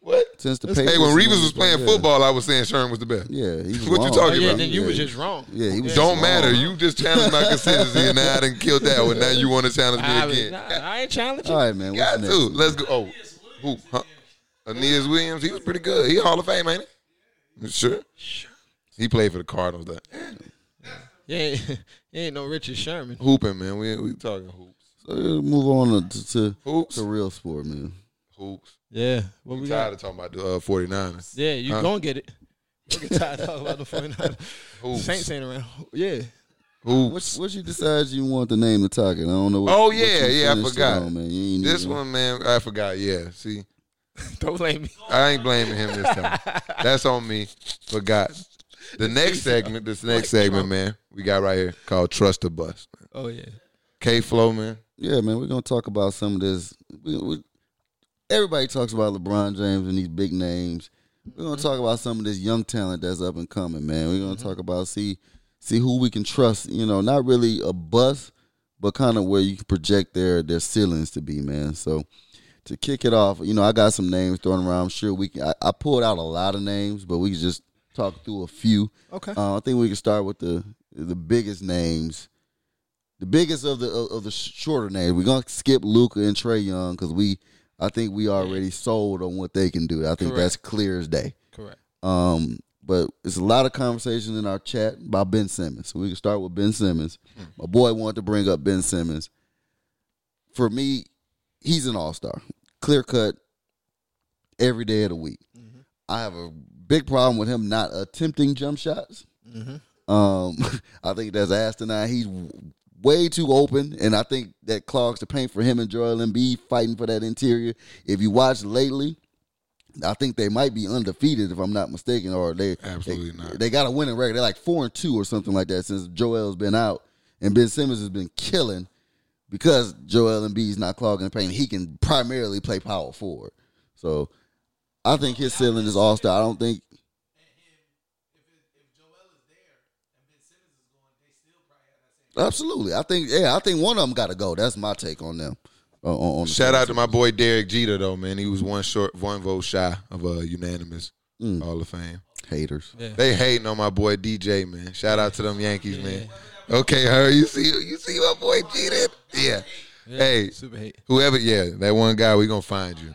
B: What?
C: Since the
B: Hey, when
C: Patriots-
B: Reeves was playing
C: yeah.
B: football, I was saying Sherman was the best.
C: yeah, he was
B: What you
C: wrong.
D: Oh,
B: talking
D: yeah,
B: about?
D: then you was just wrong.
C: Yeah, he was
B: Don't
C: wrong.
B: matter. You just challenged my consistency, and now I didn't kill that one. Now you want to challenge me
D: I, was-
B: again?
D: nah, I ain't challenging.
C: All right, man. What's
B: Got
C: next?
B: to. Let's go. Oh, who? Huh? Aeneas Williams. He was pretty good. He Hall of Fame, ain't he? Sure. He played for the Cardinals. That
D: Yeah, he ain't no Richard Sherman.
B: hooping, man. We we talking hoops,
C: So, yeah, move on to to,
B: hoops,
C: to real sport, man.
B: hoops.
D: Yeah, what
B: I'm
D: we
B: tired
D: got?
B: of talking about the uh, 49ers.
D: Yeah, you
B: Huh?
D: gonna get it. Don't get tired of talking about the 49ers.
B: Hoops.
D: Saints ain't around. Yeah.
C: What,
B: Hoops.
C: what you decide you want to name the topic? I don't know. What,
B: Oh,
C: what
B: yeah,
C: you
B: yeah, I
C: finished it
B: forgot.
C: on, man. You ain't
B: This
C: even-
B: one, man, I forgot. Yeah, see,
D: Don't blame me.
B: I ain't blaming him this time. That's on me. Forgot. The next segment, this next segment, man, we got right here called Trust the Bus.
D: Oh yeah.
B: K Flow, man.
C: Yeah, man, we're gonna talk about some of this. We, we, everybody talks about LeBron James and these big names. We're gonna talk about some of this young talent that's up and coming, man. We're gonna talk about see see who we can trust. You know, not really a bust, but kind of where you can project their their ceilings to be, man. So to kick it off, you know, I got some names thrown around. I'm sure we can. I, I pulled out a lot of names, but we can just talk through a few.
D: Okay.
C: Uh, I think we can start with the the biggest names, the biggest of the of, of the sh- shorter names. We're gonna skip Luca and Trey Young because we, I think we already sold on what they can do. I think
D: Correct.
C: that's clear as day.
D: Correct.
C: Um, but it's a lot of conversation in our chat about Ben Simmons. So we can start with Ben Simmons. My boy wanted to bring up Ben Simmons. for me, he's an all star, clear cut, every day of the week. I have a big problem with him not attempting jump shots. Um, I think that's asinine. He's w- way too open, and I think that clogs the paint for him and Joel Embiid fighting for that interior. If you watch lately, I think they might be undefeated if I'm not mistaken, or they
B: Absolutely
C: they,
B: not.
C: They got a winning record. They're like four and two or something like that since Joel's been out, and Ben Simmons has been killing because Joel Embiid's not clogging the paint. He can primarily play power forward, so I think his ceiling is all star. I don't think Absolutely. I think yeah, I think one of them got to go. That's my take on them. Uh, on, on the
B: Shout out to my boy Derek Jeter though, man. He was one short, one vote shy of a unanimous
C: Mm.
B: Hall of Fame.
C: haters.
B: They hating on my boy DJ, man. Shout out to them Yankees, man. Okay, her, you see, you see my boy Jeter. Yeah. Hey,
D: Super hate.
B: whoever, yeah, that one guy, we gonna find you.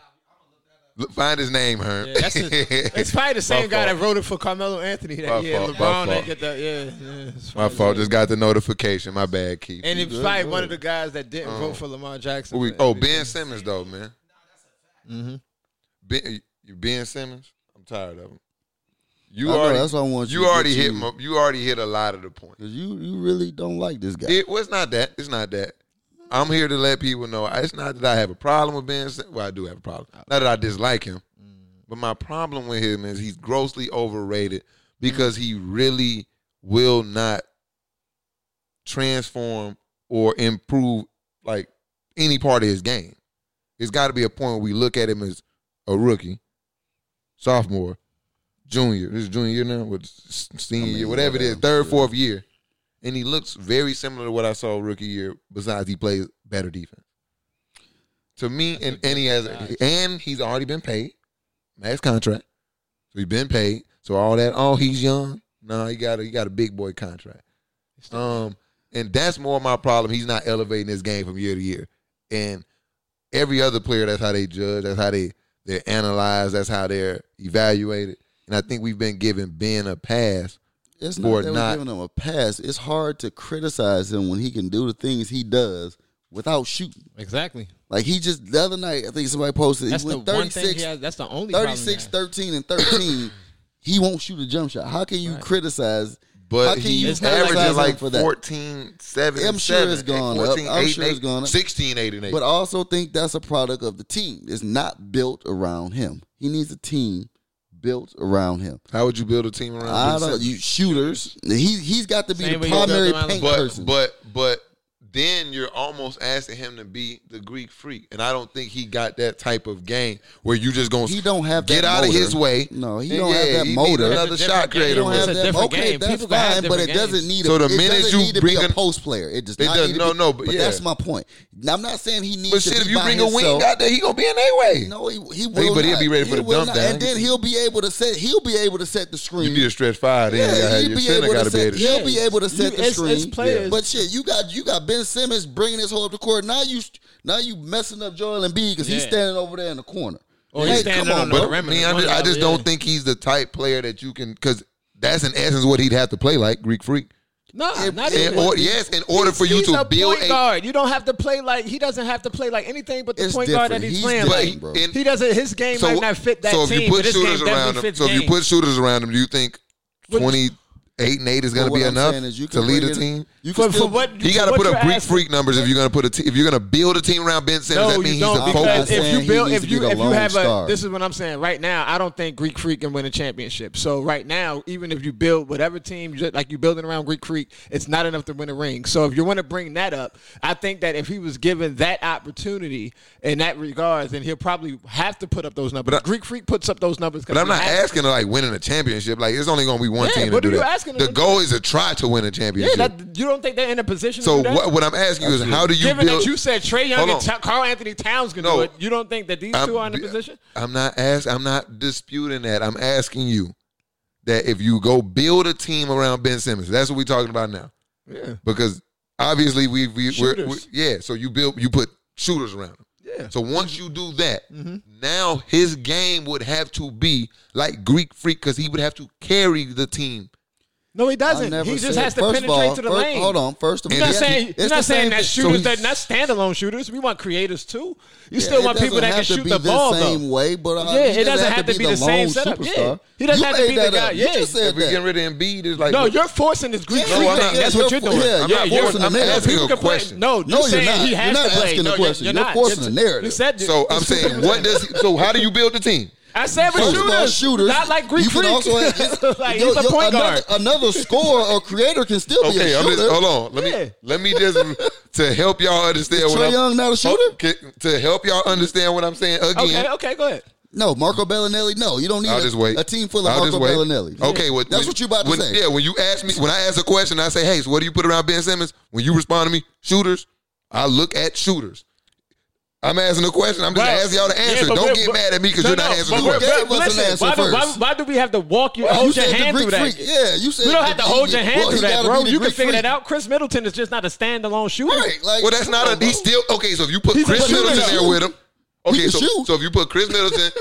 B: Look, Find his name, her.
D: Yeah, that's a, it's probably the same guy
B: fault.
D: that voted for Carmelo Anthony that
B: My
D: year.
B: fault, my
D: LeBron
B: fault.
D: didn't get that. Yeah, yeah it's
B: my
D: fine.
B: fault. Just got the notification. My bad, Keith.
D: And
B: You
D: it's
B: good? Oh.
D: probably one of the guys that didn't vote for Lamar Jackson.
B: Who we-
D: but- Mm-hmm.
B: oh, Ben Simmons though, man. Ben, you ben Simmons, I'm tired of him. You
C: I know,
B: already,
C: that's why I want
B: you
C: you to
B: already
C: get
B: hit,
C: you-
B: mo- you already hit a lot of the points.
C: Cause you you really don't like this guy.
B: It was not that. It's not that. I'm here to let people know. It's not that I have a problem with Ben. Sim- Well, I do have a problem. Not that I dislike him, but my problem with him is he's grossly overrated because he really will not transform or improve like any part of his game. It's got to be a point where we look at him as a rookie, sophomore, junior. This is junior year now, with senior
C: I mean,
B: year, whatever it is,
C: whatever,
B: third,
C: yeah.
B: fourth year and he looks very similar to what I saw rookie year. Besides, he plays better defense. To me, and, and he has, and he's already been paid, max contract. So he's been paid. So all that, oh, he's young. No, he got a, he got a big boy contract. Um, and that's more my problem. He's not elevating his game from year to year. And every other player, that's how they judge. That's how they they're analyzed. That's how they're evaluated. And I think we've been giving Ben a pass
C: It's
B: Or
C: not that
B: not.
C: we're giving him a pass. It's hard to criticize him when he can do the things he does without shooting.
D: Exactly.
C: Like he just the other night, I think somebody posted
D: That's
C: he
D: the
C: went
D: one thing
C: 36,
D: he has. That's the only problem he
C: 36
D: has.
C: 13 and 13. he won't shoot a jump shot. How can you criticize How
B: But
C: can
B: he
C: you
B: was
C: criticize
B: averaging
C: him
B: like
C: for that?
B: 14, 7,
C: I'm sure it's gone up.
B: 14,
C: I'm
B: 8,
C: sure it's gone up.
B: 16, 8, and 8.
C: But I also think that's a product of the team. It's not built around him. He needs a team built around him.
B: How would you build a team around
C: I
B: Ben
C: don't
B: Simmons?
C: you shooters. He he's got to be
D: Same
C: the
D: way you built
C: primary
D: around
C: paint
B: but,
C: person.
B: But, but then you're almost asking him to be the Greek freak. And I don't think he got that type of game where you just going
C: he
B: to
C: don't have
B: get
C: that
B: out of
C: motor.
B: his way.
C: No, he
B: And
C: don't
B: yeah,
C: have that
B: he need
C: motor.
B: another
D: It's a
B: shot
D: different game.
C: He
B: creator.
C: don't
B: with
C: have
B: him.
D: It's a
C: that.
D: different
C: Okay,
D: game.
C: that's
D: People can have
C: fine, but it
D: different games.
C: doesn't need. A,
B: So the
C: it
B: minute
C: doesn't
B: you
C: need to
B: bring
C: be a
B: an-
C: post player, it does
B: It
C: not
B: does-
C: need to
B: no,
C: be,
B: no, but yeah.
C: that's my point. Now, I'm not saying he needs
B: But
C: to
B: shit,
C: be
B: if you
C: by
B: bring
C: himself.
B: a wing out there, he going to be in their way.
C: no, he, he will.
B: but he'll
C: not.
B: be ready for
C: He
B: the
C: will
B: dump
C: not.
B: down.
C: and then he'll be able to set. He'll be able to set the screen.
B: You need a stretch five. Then yeah,
C: he'll
B: your
C: be
B: center
C: able
B: got
C: to
B: to be able to
C: set. He'll
D: Yeah.
C: be able to set
D: You-
C: the
D: it's-
C: screen.
D: it's players.
C: But shit, you got you got Ben Simmons bringing his whole up the court. Now you now you messing up Joel Embiid because he's
D: Yeah.
C: standing over there in the corner.
D: Or Oh, he's
C: Hey,
D: standing
C: come
D: on
C: on,
D: the
C: bro.
B: But
D: perimeter.
B: me, I
D: One
B: just, I
D: out,
B: just
D: yeah.
B: don't think he's the type player that you can because that's in essence what he'd have to play like Greek Freak.
D: No,
B: In-
D: not
B: in
D: even.
B: or- yes, in order for you
D: he's
B: to
D: a
B: build
D: point
B: a-
D: guard. You don't have to play like he doesn't have to play like anything but the
C: It's
D: point guard that
C: different.
D: he's,
C: He's
D: playing.
C: different,
D: like.
C: bro.
B: and-
D: He doesn't. His game might not fit that
B: so if
D: team.
B: you put
D: but his
B: shooters
D: game
B: around
D: definitely
B: him,
D: fits
B: so if you
D: game.
B: put shooters around him, do you think
D: What-
B: twenty eight and eight is going
C: But
B: to be
C: what I'm
B: enough
C: saying is you
B: to
C: can
B: lead
C: bring
B: a
C: in-
B: team?
C: You
D: for,
C: can
D: for
C: still
D: what
B: He got to
D: for
B: put
D: what
B: up
D: you're
B: Greek
D: asking-
B: Freak numbers if you're going to put a te- if you're going to build a team around Ben Simmons.
D: No,
B: that
D: you
B: means he's
D: don't
B: the
D: because
B: focal.
C: I'm
D: if
C: saying
D: you
C: he
D: build,
C: needs
D: if
C: to
D: you
C: be the
D: if you
C: lone
D: have a,
C: star.
D: this is what I'm saying right now. I don't think Greek Freak can win a championship. So right now, even if you build whatever team you- like you building around Greek Freak, it's not enough to win a ring. So if you want to bring that up, I think that if he was given that opportunity in that regards, then he'll probably have to put up those numbers.
B: But I-
D: Greek Freak puts up those numbers. 'cause
B: But I'm
D: he
B: not
D: has to.
B: asking to like winning a championship. Like it's only going to be one
D: Yeah,
B: team to
D: what
B: do
D: are you
B: that.
D: asking him
B: the
D: to do?
B: goal is to try to win a championship.
D: Yeah, that, you don't think they're in a position.
B: so
D: to do that?
B: what, what I'm asking you is how do you
D: Given
B: build?
D: that you said Trey Young
B: Hold
D: and
B: on.
D: Ta- Carl Anthony Towns can
B: No.
D: do it, you don't think that these two are in a position?
B: I'm not ask. I'm not disputing that. I'm asking you that if you go build a team around Ben Simmons, that's what we're talking about now.
D: Yeah.
B: Because obviously we we we're,
D: Shooters.
B: we yeah. So you build you put shooters around him.
D: Yeah. Mm-hmm.
B: So once you do that, now his game would have to be like Greek Freak because he would have to carry the team
D: No, he
C: I
D: doesn't.
C: never
D: He just
C: said-
D: has to
C: first of
D: penetrate
C: all-
D: to the
C: first-
D: lane.
C: Hold on, first of all,
D: You're not
C: yeah,
D: saying
C: it's
D: you're
C: the
D: not saying
C: same
D: that
C: thing.
B: So
D: shooters
B: he's-
D: that not standalone shooters. We want creators too. You
C: Yeah,
D: still
C: it
D: want people
C: doesn't
D: that can
C: have to
D: shoot
C: be
D: the ball
C: same
D: though.
C: way, but uh,
D: Yeah,
C: he
D: it doesn't have to be the same
C: lone
D: setup. Yeah.
C: superstar.
D: He doesn't
C: You
D: have to be
C: made
D: the
C: that up.
D: guy. Yeah.
C: You just
B: If
C: said
B: we getting
C: that.
B: rid of Embiid, it's like
D: No, you're forcing this Greek
C: Yeah,
D: freak
B: I'm
D: thing.
B: not-
D: That's what you're doing.
C: yeah, I'm
B: not
D: you're-
B: forcing the
D: no,
B: narrative.
D: people can play-
B: Question.
D: No,
C: No,
D: you're
C: you're not.
D: saying he
C: You're
D: has
C: not
D: to play.
C: asking the
D: No,
C: question. You're forcing
D: It's-
C: the narrative.
D: You said
B: So I'm saying, what does? He, so how do you build the team?
D: I said with
C: First
D: shooters,
C: of all, shooters.
D: not like Greek
C: you
D: freak.
C: can also have,
D: like
C: yo-
D: he's a
C: yo,
D: point
C: another,
D: guard.
C: another scorer or creator can still be
B: Okay,
C: a
B: I'm
C: Oh, shooter.
B: just, hold on. Let me
D: Yeah.
B: let me just to help y'all understand.
C: Trae
B: what I'm-
C: Young not a shooter?
B: Okay, to help y'all understand what I'm saying again.
D: Okay, okay, go ahead.
C: No, Marco Bellinelli. No, you don't need
B: I'll
C: a,
B: just wait.
C: a team full of
B: I'll
C: Marco
B: just wait.
C: Bellinelli.
B: Okay, well,
C: that's
B: when-
C: what you about to
B: when-
C: say.
B: Yeah, when you ask me, when I ask a question, I say, "Hey, so what do you put around Ben Simmons?" When you respond to me, shooters. I look at shooters. I'm asking a question. I'm just
D: Right.
B: asking y'all to
D: Yeah,
B: answer.
D: but
B: Don't
D: we're-
B: get
D: but-
B: mad at me because
D: no,
B: you're not
D: no,
B: answering
D: but
B: the
D: we're-
B: question.
C: Gave us an
D: listen,
C: answer
D: why, do, why,
C: first.
D: why do we have to walk you,
C: you
D: hold your
C: said the
D: hand
C: Greek
D: through that?
C: freak. Yeah, you said
D: We don't have
C: the-
D: to hold your hand
C: well,
D: through
C: he
D: that,
C: gotta
D: bro.
C: be the
D: You can
C: Greek
D: figure
C: freak.
D: that out. Chris Middleton is just not a standalone shooter.
C: Right? Like, uh-huh.
B: well, that's not
C: come
B: a.
C: on,
B: He
C: bro.
B: still okay. So if you put
D: He's a
B: Chris
D: shooter.
B: Middleton there with him, okay.
C: can
B: So,
C: shoot.
B: so if you put Chris Middleton,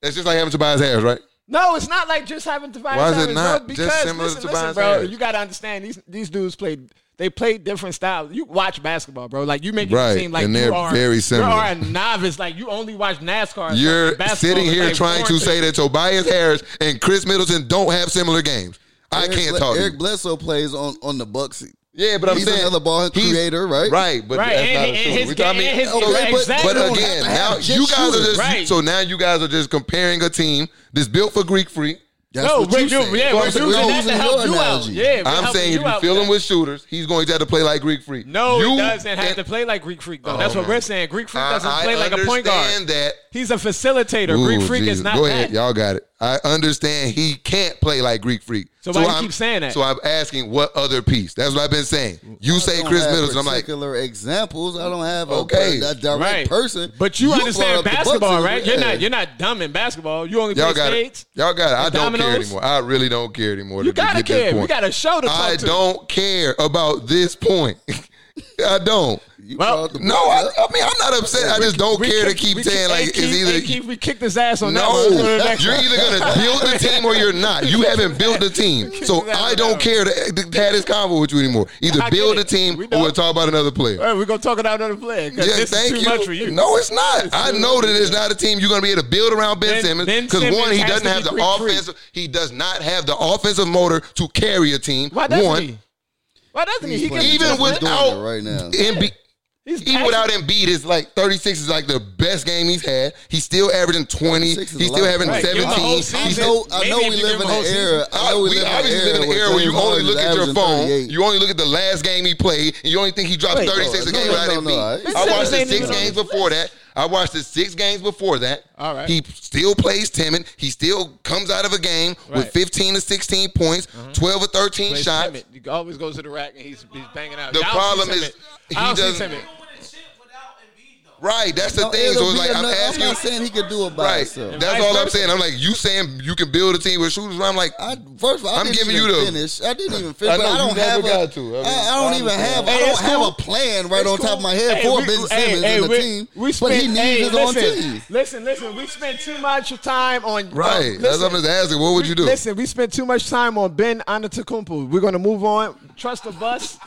B: that's just like having Tobias Harris, right?
D: No, it's not like just having Tobias
B: Why is it
D: Harris,
B: not
D: bro.
B: just
D: Because
B: similar to
D: listen, listen,
B: Tobias
D: bro,
B: Harris?
D: you gotta understand these these dudes played they play different styles. You watch basketball, bro. Like you make
B: Right,
D: it seem like
B: and
D: you
B: they're
D: are
B: very similar.
D: You are a novice. Like you only watch NASCAR. or
B: You're
D: something. Basketball
B: sitting
D: is,
B: here
D: like,
B: trying to
D: foreign
B: say that Tobias Harris and Chris Middleton don't have similar games. I
C: Eric
B: can't
C: Ble-
B: talk. to you.
C: Eric Bledsoe plays on on the Bucks.
B: Yeah, but I'm
C: He's
B: saying
C: another ball
B: he's-
C: creator, right?
B: Right, but
D: Right,
B: that's
D: and-
B: not a
D: and
B: shooter.
D: his
B: We talking-
D: game- his
B: I mean,
D: game-
B: okay, but-
D: exactly.
B: But,
D: You don't
B: again,
C: have to have
B: now
C: just
B: you guys are
C: shooters.
B: just
D: Right.
B: so now you guys are just comparing a team that's built for Greek freak.
C: That's
D: No,
C: what
D: we're
C: you
D: doing-
C: said.
D: yeah,
C: So
D: we're
C: I'm saying
D: using that to
C: using
D: help
C: your
D: you out.
C: analogy.
D: Yeah, we're
B: I'm
D: helping
B: saying
D: you
B: if you
D: out
B: fill
D: with
B: him with shooters, he's going to have to play like Greek freak.
D: No,
B: you,
D: he doesn't have
B: and-
D: to play like Greek Freak though. That's
B: Oh,
D: what
B: man.
D: we're saying. Greek Freak
B: I-
D: doesn't
B: I
D: play like a point guard.
B: understand that.
D: He's a facilitator. Greek
B: Ooh,
D: Freak
B: Jesus.
D: is not
B: Go ahead,
D: that.
B: y'all got it. I understand he can't play like Greek freak.
D: So why you
B: I'm-
D: keep saying that?
B: So I'm asking what other piece. That's what I've been saying. You
C: I
B: say
C: don't
B: Chris
C: have
B: Middleton, I'm like
C: particular examples. I don't have a,
B: Okay.
C: okay. a direct
D: Right.
C: person.
D: But you,
C: brought
D: understand
C: up the Bucks
D: basketball,
C: and-
D: right? You're
C: yeah.
D: not you're not dumb in basketball. You only
B: Y'all
D: play
B: got
D: states.
B: it. Y'all got it. I don't care
D: dominoes?
B: anymore. I really don't care anymore.
D: You
B: to- to
D: gotta
B: get this
D: care. We
B: point.
D: got a show to talk
B: I
D: to.
B: don't care about this point. I don't.
C: You
D: Well,
C: brought the
B: No,
C: Bucks
B: I,
C: up.
B: I mean I'm not upset. I just don't
D: We
B: care to
D: kicked-
B: keep
D: we
B: saying
D: kicked-
B: like
D: hey,
B: it's
D: Keith, hey,
B: either
D: Keith, we kicked his ass on that
B: no.
D: one. Let's go to the next
B: You're
D: one.
B: either gonna build the team or you're not. You haven't built the team, so I don't care to, to have this convo with you anymore. Either
D: I get
B: build a
D: it.
B: team
D: We
B: or we'll
D: don't-
B: talk about another player.
D: All right, we're gonna talk about another player because
B: Yeah,
D: this is
B: thank
D: too
B: you.
D: much for you.
B: No, it's not. I know that it's not a team you're going to be able to build around Ben,
D: Ben- Ben
B: Simmons because one,
D: Simmons
B: he
D: has
B: doesn't
D: to
B: have
D: be
B: the
D: Greek freak.
B: offensive. He does not have the offensive motor to carry a team.
D: Why doesn't
B: one,
D: he? Why doesn't he?
C: He's
D: He
C: playing
D: gets
B: even
C: just
B: with-
C: doing
B: without-
C: it right now.
B: Embi-
D: he's
B: even
D: passing.
B: without Embiid, is like 36 is like the best game he's had. He's still averaging 20.
C: 36 is
B: He's
C: a
B: still
C: lot.
B: having
C: Right,
D: give him the
B: 17.
D: whole
B: He's
C: I
D: season.
C: know, I
D: Maybe
C: know
D: if
C: we
D: you give
C: live
D: him
C: in
D: a whole
C: an era. I
B: I,
C: know we,
B: we
C: live
B: obviously live in an
C: where
B: era where you
C: James
B: only
C: Harden
B: look
C: is
B: at your
C: averaging
B: phone,
C: 38.
B: you only look at the last game he played, and you only think he dropped
D: Wait,
B: 36 a
C: no,
B: game
C: no,
B: without
C: no,
B: Embiid.
C: no, I-
B: I
D: Simmons
B: watched the
D: ain't
B: six
D: even on
B: games
D: the
B: before that. I watched the six games before that.
D: All right.
B: He still plays timid. He still comes out of a game with
D: Right.
B: 15 to 16 points,
C: Mm-hmm.
B: 12 or 13
D: Plays
B: shots.
D: Timmett. He always goes to the rack and he's, he's banging out.
B: The
D: I don't
B: problem
D: see
B: is
D: Timmett.
B: he
D: I don't see
B: doesn't-
D: Timmett.
B: Right. That's the
C: No,
B: thing. So
C: it'll
B: it's
C: be
B: like I'm
C: another-
B: asking
C: I'm
B: you.
C: not saying he could do it by
B: Right.
C: himself.
B: That's
D: vice
B: all I'm
D: versa.
B: saying. I'm like, you saying you can build a team with shooters. I'm like,
C: I, first of all, I
B: I'm
C: didn't
B: giving
C: even
B: you the-
C: finish. I didn't even
B: I
C: finish. but
B: know,
C: I
B: you
C: don't
B: never
C: have a.
B: got to. I
C: I,
B: mean,
C: I don't
B: I
C: even have.
B: understand.
C: I
D: Hey,
C: don't
D: it's
C: have
D: cool.
C: a plan right
D: It's
C: on
D: cool.
C: top of my head
D: Hey,
C: for
D: we-
C: Ben Simmons
D: hey,
C: and
D: hey,
C: the
D: we-
C: team.
D: We
C: but
D: spent,
C: he needs
D: hey,
C: his
D: listen,
C: own team.
D: Listen, listen. We spent too much time
B: right.
D: on. on-
B: That's what
D: listen,
B: I'm just asking. What would you do?
D: Listen, we spent too much time on Ben Anatakumpu. We're gonna move on. Trust the bus.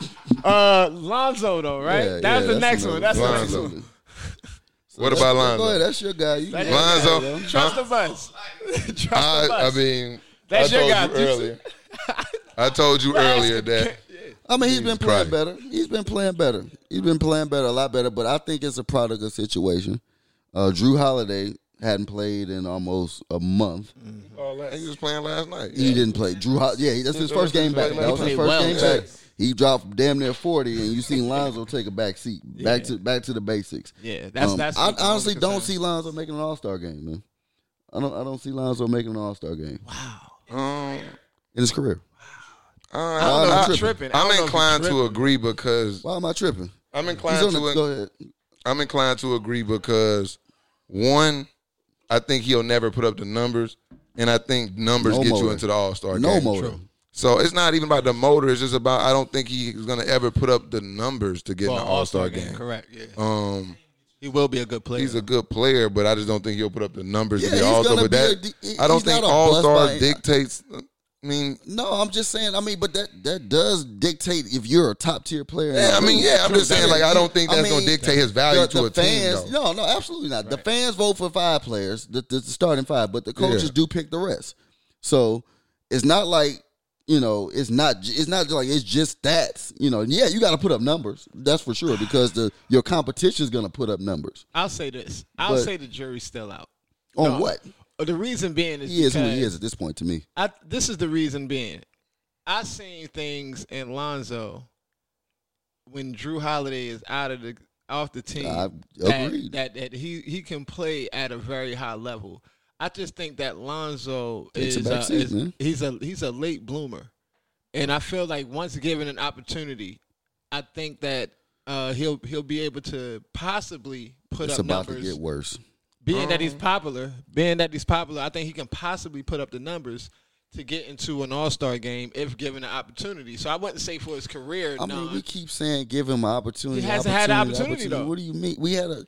D: Uh, Lonzo, though, right?
C: Yeah,
D: that was
C: yeah,
D: the next one. That's the next
B: Lonzo.
D: one.
B: What about
C: Go ahead,
B: Lonzo?
C: that's your guy. You
D: That is-
B: Lonzo. huh?
D: Trust the bus. Trust
B: I,
D: the
B: I
D: bus.
B: mean,
D: That's
B: I
D: your
B: told
D: guy,
B: you
D: Deuce.
B: earlier. I told you earlier that
C: I mean, he's been
B: Christ.
C: playing better. He's been playing better. He's been playing better, a lot better. But I think it's a product of situation. Uh, Drew Holiday hadn't played in almost a month.
B: he was playing last night.
C: He didn't play. Drew, Ho- yeah, that's his first game back. That was his
D: played
C: first
D: well,
C: game
D: yeah.
C: back. He dropped damn near forty, and you seen Lonzo take a back seat, back to back to the basics.
D: Yeah, that's- that's
C: Um, I
D: what I'm
C: honestly don't
D: concerned.
C: see Lonzo making an All Star game, man. I don't. I don't see Lonzo making an All Star game
B: Um,
C: in his career.
B: I don't know.
C: I'm
B: I-
C: tripping.
D: Tripping. I don't know if
B: I'm
D: he
B: inclined
D: tripping.
B: to agree because
C: Why am I tripping?
B: I'm
C: He's
B: inclined
C: on
B: to
C: the, go ahead.
B: I'm inclined to agree because one, I think he'll never put up the numbers, and I think numbers
C: No
B: get you
C: motor.
B: into the All Star.
C: No
B: game.
C: motor. True.
B: So it's not even about the motor. It's just about I don't think he's gonna ever put up the numbers to get in the All Star game.
D: Correct. Yeah.
B: Um,
D: He will be a good player.
B: he's a good player, but I just don't think he'll put up the numbers
C: Yeah,
B: to be
C: he's
B: All Star.
C: gonna
B: But
C: be
B: that
C: a d- he-
B: I don't
C: he's
B: think
C: not a
B: All
C: bust
B: Star
C: by-
B: dictates. I mean,
C: No, I'm just saying. I mean, but that that does dictate if you're a top tier player.
B: yeah, I mean, yeah, I'm just saying, like, I don't think
C: I
B: that's gonna
C: mean,
B: dictate his value
C: the,
B: to
C: the
B: a
C: fans,
B: team. Though.
C: no, no, absolutely not. The fans vote for five players, the, the, the starting five, but the coaches
B: Yeah.
C: do pick the rest. So it's not like you know, it's not j- it's not like it's just stats. You know, yeah, you got to put up numbers. That's for sure because the your competition's going to put up numbers
D: I'll say this. I'll
C: But-
D: say the jury's still out.
C: on
D: No,
C: what
D: Uh, The reason being is
C: he is who he
D: because
C: is at this point to me.
D: I, this is the reason being. I seen things in Lonzo when Drew Holiday is out of the off the team.
C: I
D: that,
C: agreed.
D: that that he he can play at a very high level. I just think that Lonzo
C: Takes a
D: is,
C: back
D: uh,
C: seat,
D: is-
C: man.
D: he's a he's a late bloomer, and I feel like once given an opportunity, I think that uh, he'll he'll be able to possibly put
C: It's
D: up
C: about
D: numbers
C: to get worse.
D: being that he's popular, being that he's popular, I think he can possibly put up the numbers to get into an All Star game if given the opportunity. So I wouldn't say for his career.
C: I
D: no,
C: mean, we keep saying give him an opportunity.
D: He hasn't had an opportunity, though.
C: What do you mean? We had a,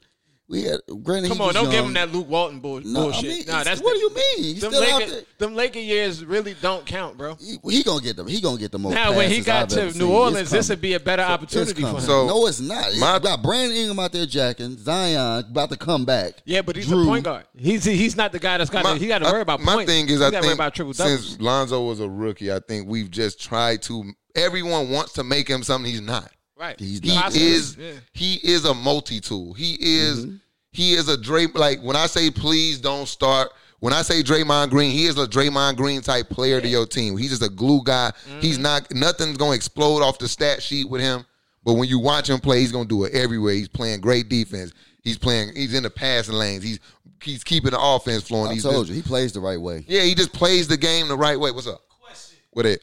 C: we had. Granted,
D: come
C: he
D: on,
C: was
D: don't give
C: young.
D: him that Luke Walton bull-
C: No,
D: bullshit.
C: I mean,
D: nah,
C: it's-
D: that's
C: what do you mean? He's
D: them
C: still out
D: Laker,
C: there.
D: them Laker years really don't count, bro.
C: He, he gonna get the he gonna get the most.
D: Now when he
C: passes
D: got
C: I've ever
D: to
C: seen.
D: New
C: It's
D: Orleans, this
C: coming.
D: would be a better
C: It's
D: opportunity for him.
C: coming.
B: So-
C: no, it's not. It's
B: My-
C: got Brandon Ingram out there jacking Zion about to come back.
D: yeah, but he's
C: Drew.
D: a point guard. He's he's not the guy that's got to he got to worry about
B: my
D: points.
B: thing is,
D: he
B: I
D: gotta
B: think
D: worry about triple doubles.
B: since Lonzo was a rookie, I think we've just tried to. Everyone wants to make him something he's not.
D: Right,
C: He's
B: He
C: not.
D: Possibly,
B: is
D: yeah.
B: he is a multi tool. He is
C: Mm-hmm.
B: he is a Drake. Like when I say please don't start. When I say Draymond Green, he is a Draymond Green type player to your team. He's just a glue guy.
C: Mm-hmm.
B: He's not nothing's gonna explode off the stat sheet with him. But when you watch him play, he's gonna do it everywhere. He's playing great defense. He's playing. He's in the passing lanes. He's he's keeping the offense flowing.
C: I
B: he's
C: told
B: just-
C: you he plays the right way.
B: yeah, he just plays the game the right way. What's up
G: Question:
B: with it?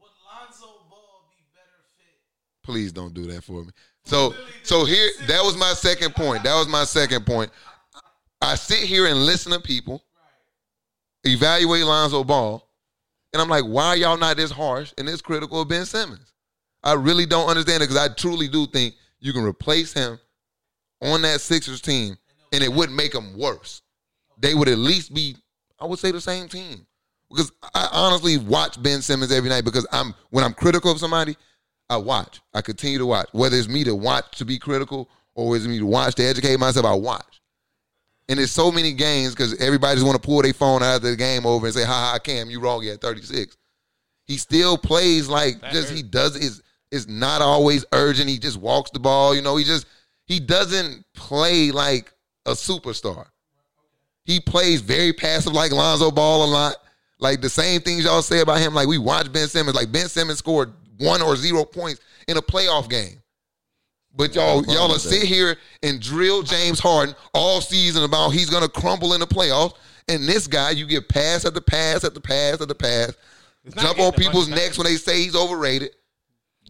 G: Would Lonzo Ball be better fit?
B: please don't do that for me. So so here that was my second point. That was my second point. I sit here and listen to people evaluate Lonzo Ball, and I'm like, why are y'all not this harsh and this critical of Ben Simmons? I really don't understand it because I truly do think you can replace him on that Sixers team, and it wouldn't make them worse. They would at least be, I would say, the same team. Because I honestly watch Ben Simmons every night because I'm when I'm critical of somebody, I watch. I continue to watch. Whether it's me to watch to be critical or it's me to watch to educate myself, I watch. And there's so many games because everybody just want to pull their phone out of the game over and say, "Ha ha, Cam, you wrong. You at 36." He still plays like just he does is is not always urgent. He just walks the ball. You know, he just he doesn't play like a superstar. He plays very passive, like Lonzo Ball a lot. Like the same things y'all say about him. Like we watch Ben Simmons. Like Ben Simmons scored one or zero points in a playoff game. But y'all,
C: problem
B: y'all will
C: with that.
B: sit here and drill James Harden all season about he's gonna crumble in the playoffs. And this guy, you get pass after pass after pass after pass.
D: not
B: Jump
D: getting
B: on
D: a bunch
B: people's
D: of
B: necks when they say he's overrated.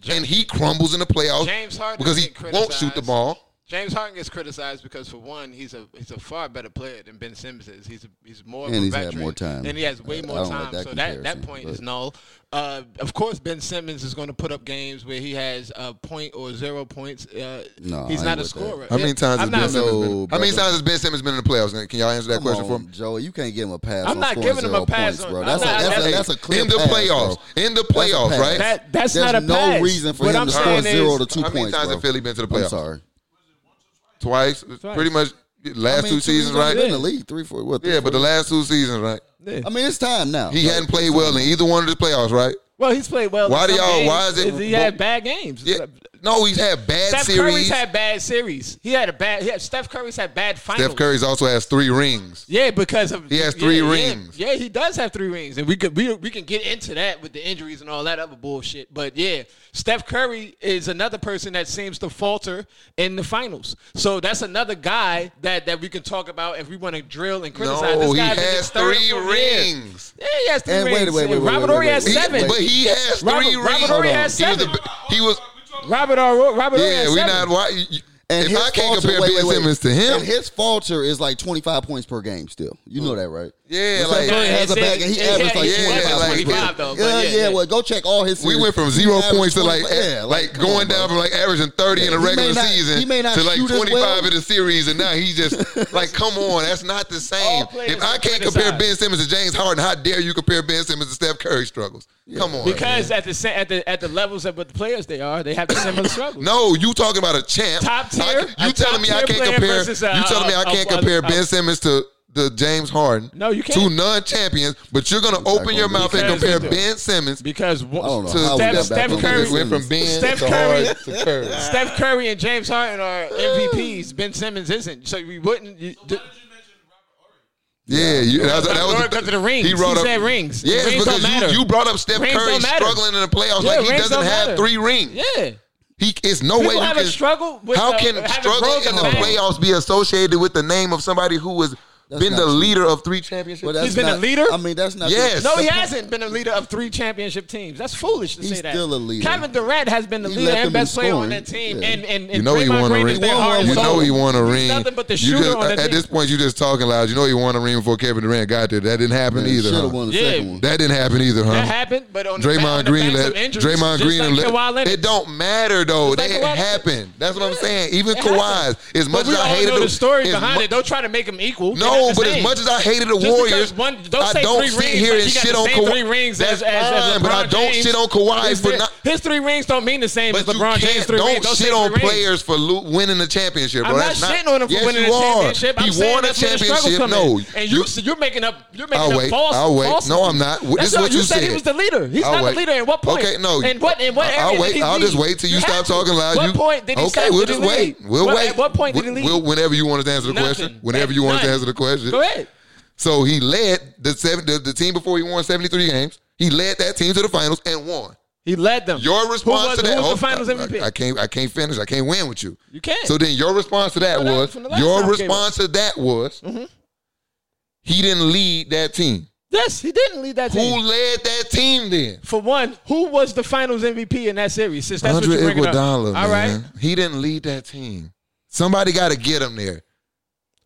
B: And he crumbles in the playoffs
D: James Harden
B: because he
D: get
B: won't shoot the
D: criticized.
B: ball.
D: James Harden gets criticized because, for one, he's a he's a far better player than Ben Simmons is. He's a, he's more of
C: And
D: a
C: he's had
D: veteran,
C: more time.
D: and he has way
C: I- I
D: more
C: don't
D: time.
C: like that
D: so that that
C: comparison,
D: point is
C: but-
D: null. Uh, of course, Ben Simmons is going to put up games where he has a point or zero points. Uh,
C: No, I
D: he's
C: ain't
D: not a
C: with that.
D: scorer.
B: How many
D: Yeah,
B: times has
D: I'm
B: Ben
D: not,
B: Simmons been?
C: No,
B: How many
C: brother.
B: times has Ben Simmons been in the playoffs? Can y'all answer that
C: Come
B: question for
C: on,
B: me?
C: Joey, you can't give him a pass.
D: I'm
C: on
D: not
C: scoring
D: giving him a
C: zero
D: pass
C: points,
D: on-
C: bro.
D: I'm
C: That's,
D: not-
C: a, that's,
D: that's-
C: a, that's a clear
B: in the
C: pass,
B: playoffs.
C: bro.
B: In the
C: That's a
B: playoffs,
C: pass.
B: right?
D: That- that's
C: There's
D: not a
C: no
D: pass.
C: reason for
D: What
C: him
D: I'm
C: to score
D: saying
C: zero
D: is-
C: to two
B: How many
C: points.
B: times
C: bro.
B: has Philly been to the
C: I'm
B: playoffs?
C: sorry.
B: Twice, pretty much last
C: I mean,
B: two seasons,
C: he's only
B: right?
C: Been in the league three, four, what? three,
B: Yeah, but the
C: four
B: last two seasons, right?
C: years? I mean, it's time now.
B: He
C: Like,
B: hadn't played well in either one of the playoffs, right?
D: Well, he's played well. in
B: Why do
D: some
B: y'all-
D: games.
B: why is it-
D: He had bad games.
B: Yeah. No, he's had bad
D: Steph Curry's
B: series.
D: had bad series. He had a bad. He had, Steph Curry's had bad finals.
B: Steph Curry's also has three rings.
D: Yeah, because of
B: He has three
D: yeah, yeah,
B: rings.
D: Yeah, he does have three rings, and we could we we can get into that with the injuries and all that other bullshit. But yeah, Steph Curry is another person that seems to falter in the finals. So that's another guy that that we can talk about if we want to drill and criticize.
B: No,
D: this
B: he
D: guy's in his
B: has
D: third or
B: three
D: fourth year.
B: rings.
D: Yeah, he has three
C: And
D: rings.
C: wait, wait, wait, wait,
D: Robert
C: wait,
D: Ory
C: wait,
D: has
B: He-
C: wait.
D: seven.
B: but he has
D: Robert-
B: three
D: Robert
B: rings.
D: Ory has
B: He was a
D: seven.
B: b- He was.
D: Robert Ory. Robert Ory
B: Yeah,
D: has
B: we
D: seven.
B: not. Why?
C: And
B: If
C: his
B: I can't
C: falter-
B: compare
C: wait,
B: Ben
C: wait, wait.
B: Simmons to him,
C: and his falter is like 25 points per game still. You know that, right?
B: Yeah,
C: What's
B: like
C: that? Curry has a
D: it's-
C: bag and he
D: it's-
C: averages like
D: yeah, he
B: was
C: 25
B: like
C: points.
D: 25 though, but
C: Yeah,
D: yeah,
C: yeah,
D: yeah.
C: Well, go check all his.
B: we
C: series.
B: went from
C: He
B: zero
C: averaged
B: points to like
C: 25 yeah,
B: like
C: come on,
B: going down
C: bro.
B: from like averaging thirty in the
C: He may
B: regular
C: not-
B: season
C: he may not
B: to like
C: shoot as
B: twenty five
C: well.
B: in the series, and now he's just like, come on, that's not the same.
D: All players
B: If I
D: are
B: can't compare
D: criticized.
B: Ben Simmons to James Harden, how dare you compare Ben Simmons to Steph Curry struggles? Come on,
D: Because at the sa- at the at the levels of what the players they are, they have the similar struggles.
B: No, you talking about a champ.
D: Top tier?
B: I-
D: A
B: you
D: top
B: telling me I
D: tier
B: can't
D: player
B: compare?
D: versus a-
B: you telling me I
D: a-
B: can't
D: a-
B: compare
D: a-
B: Ben Simmons to the James Harden?
D: No, you
B: Two
D: can't.
B: non-champions, but you're gonna open your
C: gonna
B: mouth and
D: Because
B: compare
D: you do.
B: Ben Simmons to
D: Because
C: I don't know.
B: Steph-
C: how we got
D: Steph
C: back on
D: Curry-
C: Ben
B: went from
C: Simmons.
B: Ben
D: Steph
B: to
D: Curry-
B: Harden to Curry.
D: Steph Curry and James Harden are MVPs. Ben Simmons isn't. So we wouldn't. You, d-
B: Yeah, you, that was, that was
D: Because of the rings.
B: He, brought
D: He
B: up,
D: said rings.
B: Yes,
D: Rings
B: because
D: don't matter.
B: You, you brought up Steph
D: Rings
B: Curry
D: don't matter.
B: struggling in the playoffs
D: Yeah,
B: like he
D: rings
B: doesn't
D: don't
B: have
D: matter.
B: three rings.
D: yeah.
B: He, it's no
D: People
B: way you
D: haven't
B: can
D: struggled with
B: How
D: the-
B: can
D: haven't
B: struggle
D: broken
B: in the
D: the bank.
B: playoffs be associated with the name of somebody who has been
C: not
B: the
C: true.
B: leader of three championships?
C: But that's
D: He's been a
C: not-
D: leader?
C: I mean, that's not.
B: Yes.
D: No, he
B: The-
D: hasn't been a leader of three championship teams. That's foolish to
C: He's
D: say that.
C: still a leader.
D: Kevin Durant has been the
C: He
D: leader
C: left
D: and
C: them
D: best
C: in
D: player on
C: scoring.
D: that team.
C: Yeah.
D: And and, and
B: You know he
D: Draymond
B: won a
D: Green
B: ring.
D: is their heart and
B: You
D: soul.
B: know he won a ring.
D: nothing but the
B: You
D: shooter
B: just-
D: on that
B: At
D: team.
B: this point, you just talking loud. You know he won a ring before Kevin Durant got there. That didn't happen either.
C: Should
B: huh?
C: have won the
D: Yeah.
C: second one.
B: That didn't happen either, huh?
D: That happened, but on the, back- on
B: Draymond
D: the
B: Green
D: backs
B: let
D: of injuries,
B: Draymond
D: just
B: Green
D: like
B: let-
D: Kawhi Leonard.
B: It don't matter though.
D: Just like
B: that
D: Kawhi Leonard.
B: happened. That's what I'm
D: Yeah.
B: saying. Even
D: It
B: Kawhi's, as much
D: but we
B: as I
D: all
B: hated
D: know the story
B: as
D: behind
B: mu-
D: it. Don't try to make them equal. They're
B: No,
D: not the
B: but as
D: same.
B: much as I hated the
D: Just because
B: Warriors,
D: one- don't
B: I
D: say
B: don't
D: three
B: sit
D: rings
B: here
D: like
B: and
D: he got
B: shit
D: the
B: on
D: same
B: Kawhi.
D: three rings
B: That's
D: as, as, as
B: fine, but I
D: LeBron
B: don't
D: James.
B: shit on Kawhi
D: His
B: for
D: three-
B: not-
D: His three rings don't mean the same
B: But
D: as
B: you
D: LeBron
B: can't-
D: James' three
B: don't
D: rings. Don't
B: shit
D: say
B: on
D: three rings.
B: players for lo- winning the championship. Bro.
D: I'm not
B: That's
D: shitting on him for
B: yes,
D: winning
B: you
D: the
B: are.
D: championship.
B: He
D: I'm saying
B: won a
D: that's where the struggle
B: championship.
D: come
B: No,
D: in. and you, you, are making up, you're making
B: I'll
D: up
B: wait.
D: false.
B: I'll wait.
D: false-
B: No, I'm not. This
D: That's
B: is what you
D: said.
B: said.
D: He was the leader. He's
B: I'll
D: not
B: wait.
D: the leader. In what point?
B: Okay, no.
D: And what? In what area?
B: I'll
D: did
B: wait.
D: he
B: I'll
D: lead?
B: just wait till you
D: have
B: stop
D: to.
B: talking loud.
D: What
B: You-
D: point did he
B: okay,
D: stop?
B: we'll
D: Did he
B: just wait.
D: lead?
B: We'll
D: What-
B: wait.
D: At what point did he
B: We-
D: lead?
B: we'll- whenever you want us to answer the
D: Nothing.
B: question. Whenever you want us to
D: None.
B: answer the question.
D: Go ahead.
B: So he led the seven, the, the team before he won 73 games. He led that team to the finals and won.
D: He led them.
B: Your response
D: who was,
B: to that
D: Who was
B: oh,
D: the finals
B: I-
D: MVP?
B: I, I can't I can't finish. I can't win with you.
D: you can't.
B: So then your response to that
D: Well, that-
B: was
D: from the last
B: your
D: time we came Mm-hmm.
B: response to that was he didn't lead that team.
D: yes, he didn't lead that team.
B: Who led that team then?
D: For one, who was the Finals MVP in that series? Since that's what you're bringing up. All
B: Iguodala,
D: right.
B: man. He didn't lead that team. Somebody got to get him there.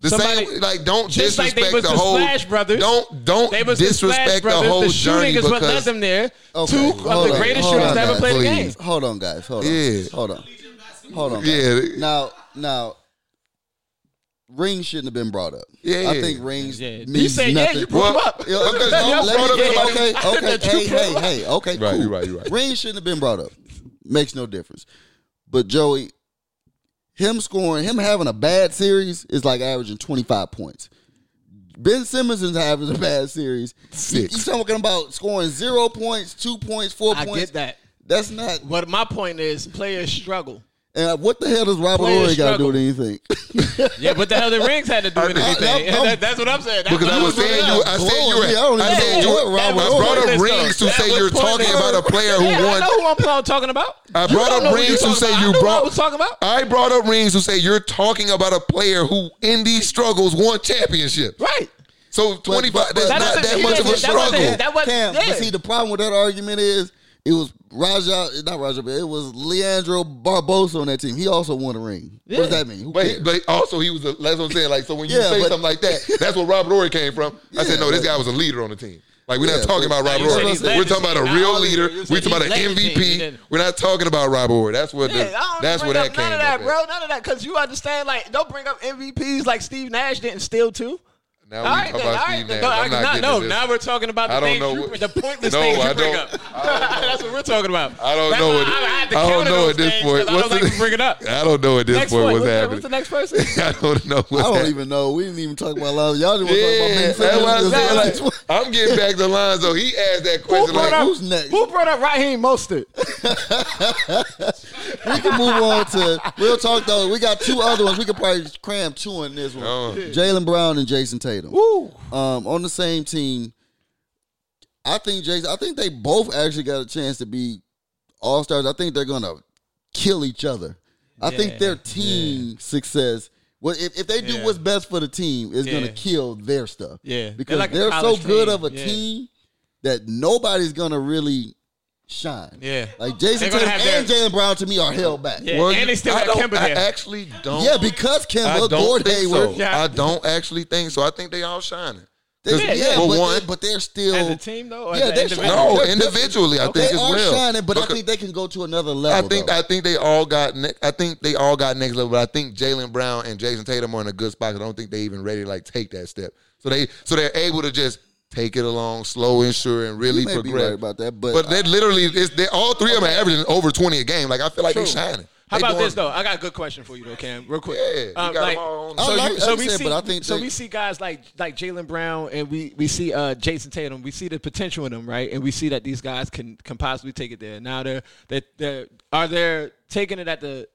B: The
D: Somebody-
B: same, like don't
D: just like
B: disrespect
D: they was
B: the
D: the
B: whole.
D: Splash Brothers.
B: Don't don't
D: They was
B: disrespect the,
D: Splash Brothers.
B: whole
D: The shooting
B: journey
D: is what led
B: because
D: them there.
C: Okay,
D: Two
C: hold
D: of the
C: on,
D: greatest
C: hold
D: shooters
C: on,
D: to ever
B: guys,
D: play the
B: please.
D: game.
C: Hold on, guys. Hold on.
B: Yeah.
C: Hold on. Hold on. guys.
B: yeah,
C: Now, now, rings shouldn't have been brought up.
B: Yeah.
C: I think rings
D: Yeah.
C: means
D: You say, yeah,
C: nothing.
D: you brought him
B: Well,
D: up.
C: Yeah,
B: Because
C: okay,
B: y'all
C: let
B: brought
C: me
B: up
C: get-
B: somebody-
C: okay,
D: that
C: okay,
D: you
C: hey,
D: brought
C: hey,
D: up.
C: hey, okay,
B: Right,
C: cool.
B: you're right, you're right.
C: Rings shouldn't have been brought up. Makes no difference. But Joey, him scoring, him having a bad series is like averaging twenty five points. Ben Simmons is having a bad series.
B: Six.
C: You talking about scoring zero points, two points, four
D: I
C: points?
D: get that.
C: That's not.
D: But my point is, players struggle.
C: Uh, what the hell does Robert
D: Players
C: Ory got to
D: struggle.
C: do with anything?
D: Yeah, but the hell the rings had to do with
C: I-
D: anything.
C: I'm-
D: That- That's what I'm saying. That's
B: because
D: what
B: I
D: I'm
B: was saying you. I said you
C: Yeah, I don't
B: were. I
C: even
B: said
C: know
B: you
C: what
B: were. I
C: Robert
B: brought
D: Ory
B: up
D: is,
B: rings
D: though.
B: to say
D: That
B: you're
D: was
B: talking
D: pointless.
B: about a player
D: Yeah,
B: who
D: I
B: won.
D: know who I'm pl- talking about.
B: I
D: You
B: brought
D: don't know
B: up
D: who you
B: rings who
D: talking
B: say
D: about.
B: you
D: I know
B: brought.
D: What I was talking about.
B: I brought up rings who say you're talking about a player who in these struggles won championships.
D: Right.
B: So 25.
C: but-
B: that's
C: that
B: not
D: doesn't-
B: that
D: he
B: much of a
D: doesn't- that wasn't-
B: struggle.
D: that was-
C: Cam,
D: yeah.
C: but see, the problem with that argument is it was Raja, not Raja, but it was Leandro Barbosa on that team. He also won a ring. What does that mean? Who
B: Wait,
C: cares?
B: but also he was a. That's what I'm saying. Like, so when you
C: Yeah,
B: say
C: but-
B: something like that, that's where Robert Ory came from. I said,
C: Yeah,
B: no, this
C: but-
B: guy was a leader on the team. Like, we're
C: Yeah,
B: not talking
C: but-
B: about Robert
D: you said
B: Ory.
D: he led
B: We're
D: the
B: talking about a
D: team.
B: real
D: I only-
B: leader.
D: you said
B: We're talking
D: he
B: about an
D: led the team. You
B: MVP.
D: didn't-
B: We're not talking about Robert Ory. That's what.
D: Yeah,
B: The,
D: I don't
B: that's
D: bring
B: where that
D: up
B: came
D: none of that,
B: from.
D: bro. None of that, because you understand, like, don't bring up MVPs like Steve Nash didn't steal too.
B: Now
D: All
B: we
D: right,
B: talk
D: then, all
B: Oh, about
D: right,
B: Steve
D: then.
B: Nash.
D: No,
B: I'm not
D: I-
B: getting
D: no,
B: into this.
D: now we're talking about
B: I
D: the
B: don't
D: things
B: know
D: you,
B: what-
D: the pointless
B: No,
D: things you
B: I
D: bring
B: don't-
D: up. That's what we're talking about.
B: I don't
D: That's
B: know.
D: why
B: at-
D: I, I had to
B: I
D: counter
B: don't know
D: those
B: at this
D: things,
B: point.
D: 'cause I don't
B: What's the-
D: like to bring it up.
B: I don't know at this
D: Next
B: point
D: point.
B: what's
D: What's the,
B: happening.
D: what's the next person?
B: I don't know what's
C: I don't
B: happening.
C: even know. We didn't even talk about Lonzo. Y'all just want to talk about
B: Yeah,
C: Ben
B: that's why I
C: Simmons.
B: said, like, I'm getting back to Lonzo. He asked that question.
C: brought
B: Like,
C: up- who's next?
D: Who brought up Raheem Mostert?
C: we can move on to. We'll talk though. We got two other ones. We could probably cram two in this one.
B: Oh.
C: Jalen Brown and Jason Tatum.
D: Woo.
C: Um, on the same team. I think Jason. I think they both actually got a chance to be all stars. I think they're gonna kill each other. I think their team success. Well, if, if they do what's best for the team, is
D: Yeah.
C: gonna kill their stuff.
D: Yeah. They're
C: because
D: like a
C: they're so
D: college
C: good
D: team.
C: of a
D: Yeah.
C: team that nobody's gonna really shine.
D: Yeah.
C: like
D: They're
C: Jason
D: gonna
C: Tatum
D: have
C: and Jalen Brown to me are held back.
D: Yeah, and they still
B: I
D: got
B: don't-
D: Kemba
B: I
D: there.
B: actually don't.
C: Yeah, because
B: I
C: Kimba,
B: don't
C: Gordon
B: think so.
C: Hayward.
D: Yeah.
B: I don't actually think so. I think they all shining.
C: They,
B: Yeah,
C: yeah,
B: yeah.
C: but,
B: But one-
C: they, but they're still
D: As a team though? Or
C: Yeah,
D: as an
C: they
D: individual?
C: shine.
B: No,
C: They're-
B: individually, I
C: they
B: think as
C: are
B: well.
C: shining, but I
B: Because-
C: think they can go to another
B: I
C: level.
B: think
C: though.
B: I think they all got. Ne- I think they all got next level. But I think Jalen Brown and Jason Tatum are in a good spot. 'cause I don't think they even ready to like take that step. So they so they're able to just take it along, slow and sure, and
C: you
B: really
C: may be
B: progress.
C: right about that, but,
B: but they literally, it's, they all three of them are averaging over twenty a game. Like I feel like they're shining.
D: How
B: They
D: about
B: doing-
D: this though? I got a good question for you though, Cam. Real quick.
B: Yeah, you
D: Um,
B: got
D: like-
B: them all on.
C: I
D: so
C: like
D: you,
C: what
D: so
C: you
D: we
C: said,
D: see,
C: but I think
D: so
C: they-
D: we see guys like like Jalen Brown and we we see uh, Jason Tatum. We see the potential in them, right? And we see that these guys can can possibly take it there. Now they're they they're are they taking it at the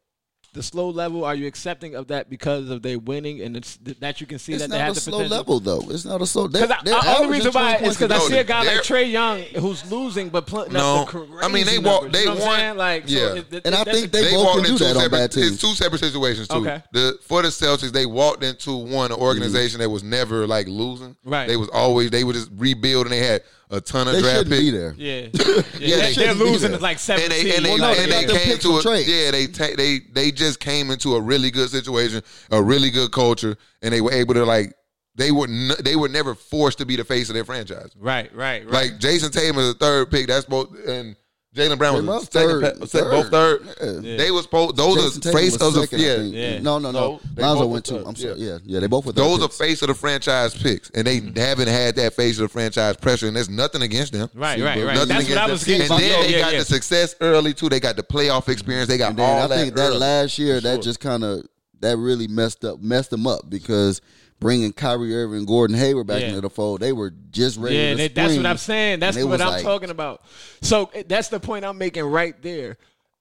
D: the slow level? Are you accepting of that because of they winning and it's that you can see
C: it's
D: that they
C: not
D: have
C: a
D: the
C: slow
D: potential?
C: level though. It's not a slow. They're,
D: Because
C: they're
D: the only reason
C: averaging
D: why
C: 20
D: is because I
B: points a
D: see a
B: game.
D: guy
B: They're-
D: like Trey Young who's losing but pl-
B: No.
D: up the crazy
B: I mean, they walk-
D: numbers,
B: they
D: you know what I'm
B: won-
D: saying? Like,
B: yeah.
D: it- it-
C: And I
D: that's
C: think
D: a-
C: they both
B: walked
C: can do
B: into
C: that on
B: separate,
C: bad teams.
B: It's two separate situations too.
D: Okay.
B: The for the Celtics, they walked into one an
C: Mm-hmm.
B: organization that was never like losing.
D: Right.
B: They was always they would just rebuild and they had a ton of
C: They
B: draft
C: shouldn't
B: picks.
C: be there.
D: yeah,
B: they
D: yeah, they, are
C: shouldn't be
D: losing
C: there.
D: like seven.
B: And they and they,
C: Well, no,
B: and
C: they
B: they
C: got them
B: came
C: picks
B: to
C: from
B: a,
C: trades.
B: yeah they ta- they they just came into a really good situation, a really good culture, and they were able to like they were n- they were never forced to be the face of their franchise.
D: Right, right, right.
B: Like Jason Tatum is the third pick. That's both and Jalen
C: They
B: Brown was
C: must
B: the second,
C: third,
B: pa- second- both third.
C: Yeah.
B: They was both those
C: Jason
B: are
C: Tatum
B: face
C: was
B: of the
C: second, I
B: yeah.
C: think.
D: Yeah.
C: No,
B: No,
C: no, no.
B: they
C: Lonzo
B: both
C: went
B: were
C: too.
B: third.
C: I'm sorry. Yeah, yeah. They both were third
B: Those are
C: picks.
B: face of the franchise picks, and they
D: Mm-hmm.
B: haven't had that face of the franchise pressure, and there's nothing against them.
D: Right,
B: See,
D: right,
B: bro,
D: right.
B: nothing
D: That's
B: against
D: what I
B: them.
D: was getting
B: And
D: from-
B: then they
D: yeah,
B: got
D: yeah.
B: the success early too. They got the playoff experience. They got
C: And
B: all
C: then I
B: that.
C: think that
B: early.
C: last year that just kind of that really messed up messed them up because bringing Kyrie Irving, and Gordon Hayward back
D: Yeah.
C: into the fold, they were just ready.
D: yeah,
C: to
D: and it- that's what
C: spring.
D: I'm saying. That's
C: And it
D: what
C: was
D: I'm
C: like-
D: talking about. So it- that's the point I'm making right there.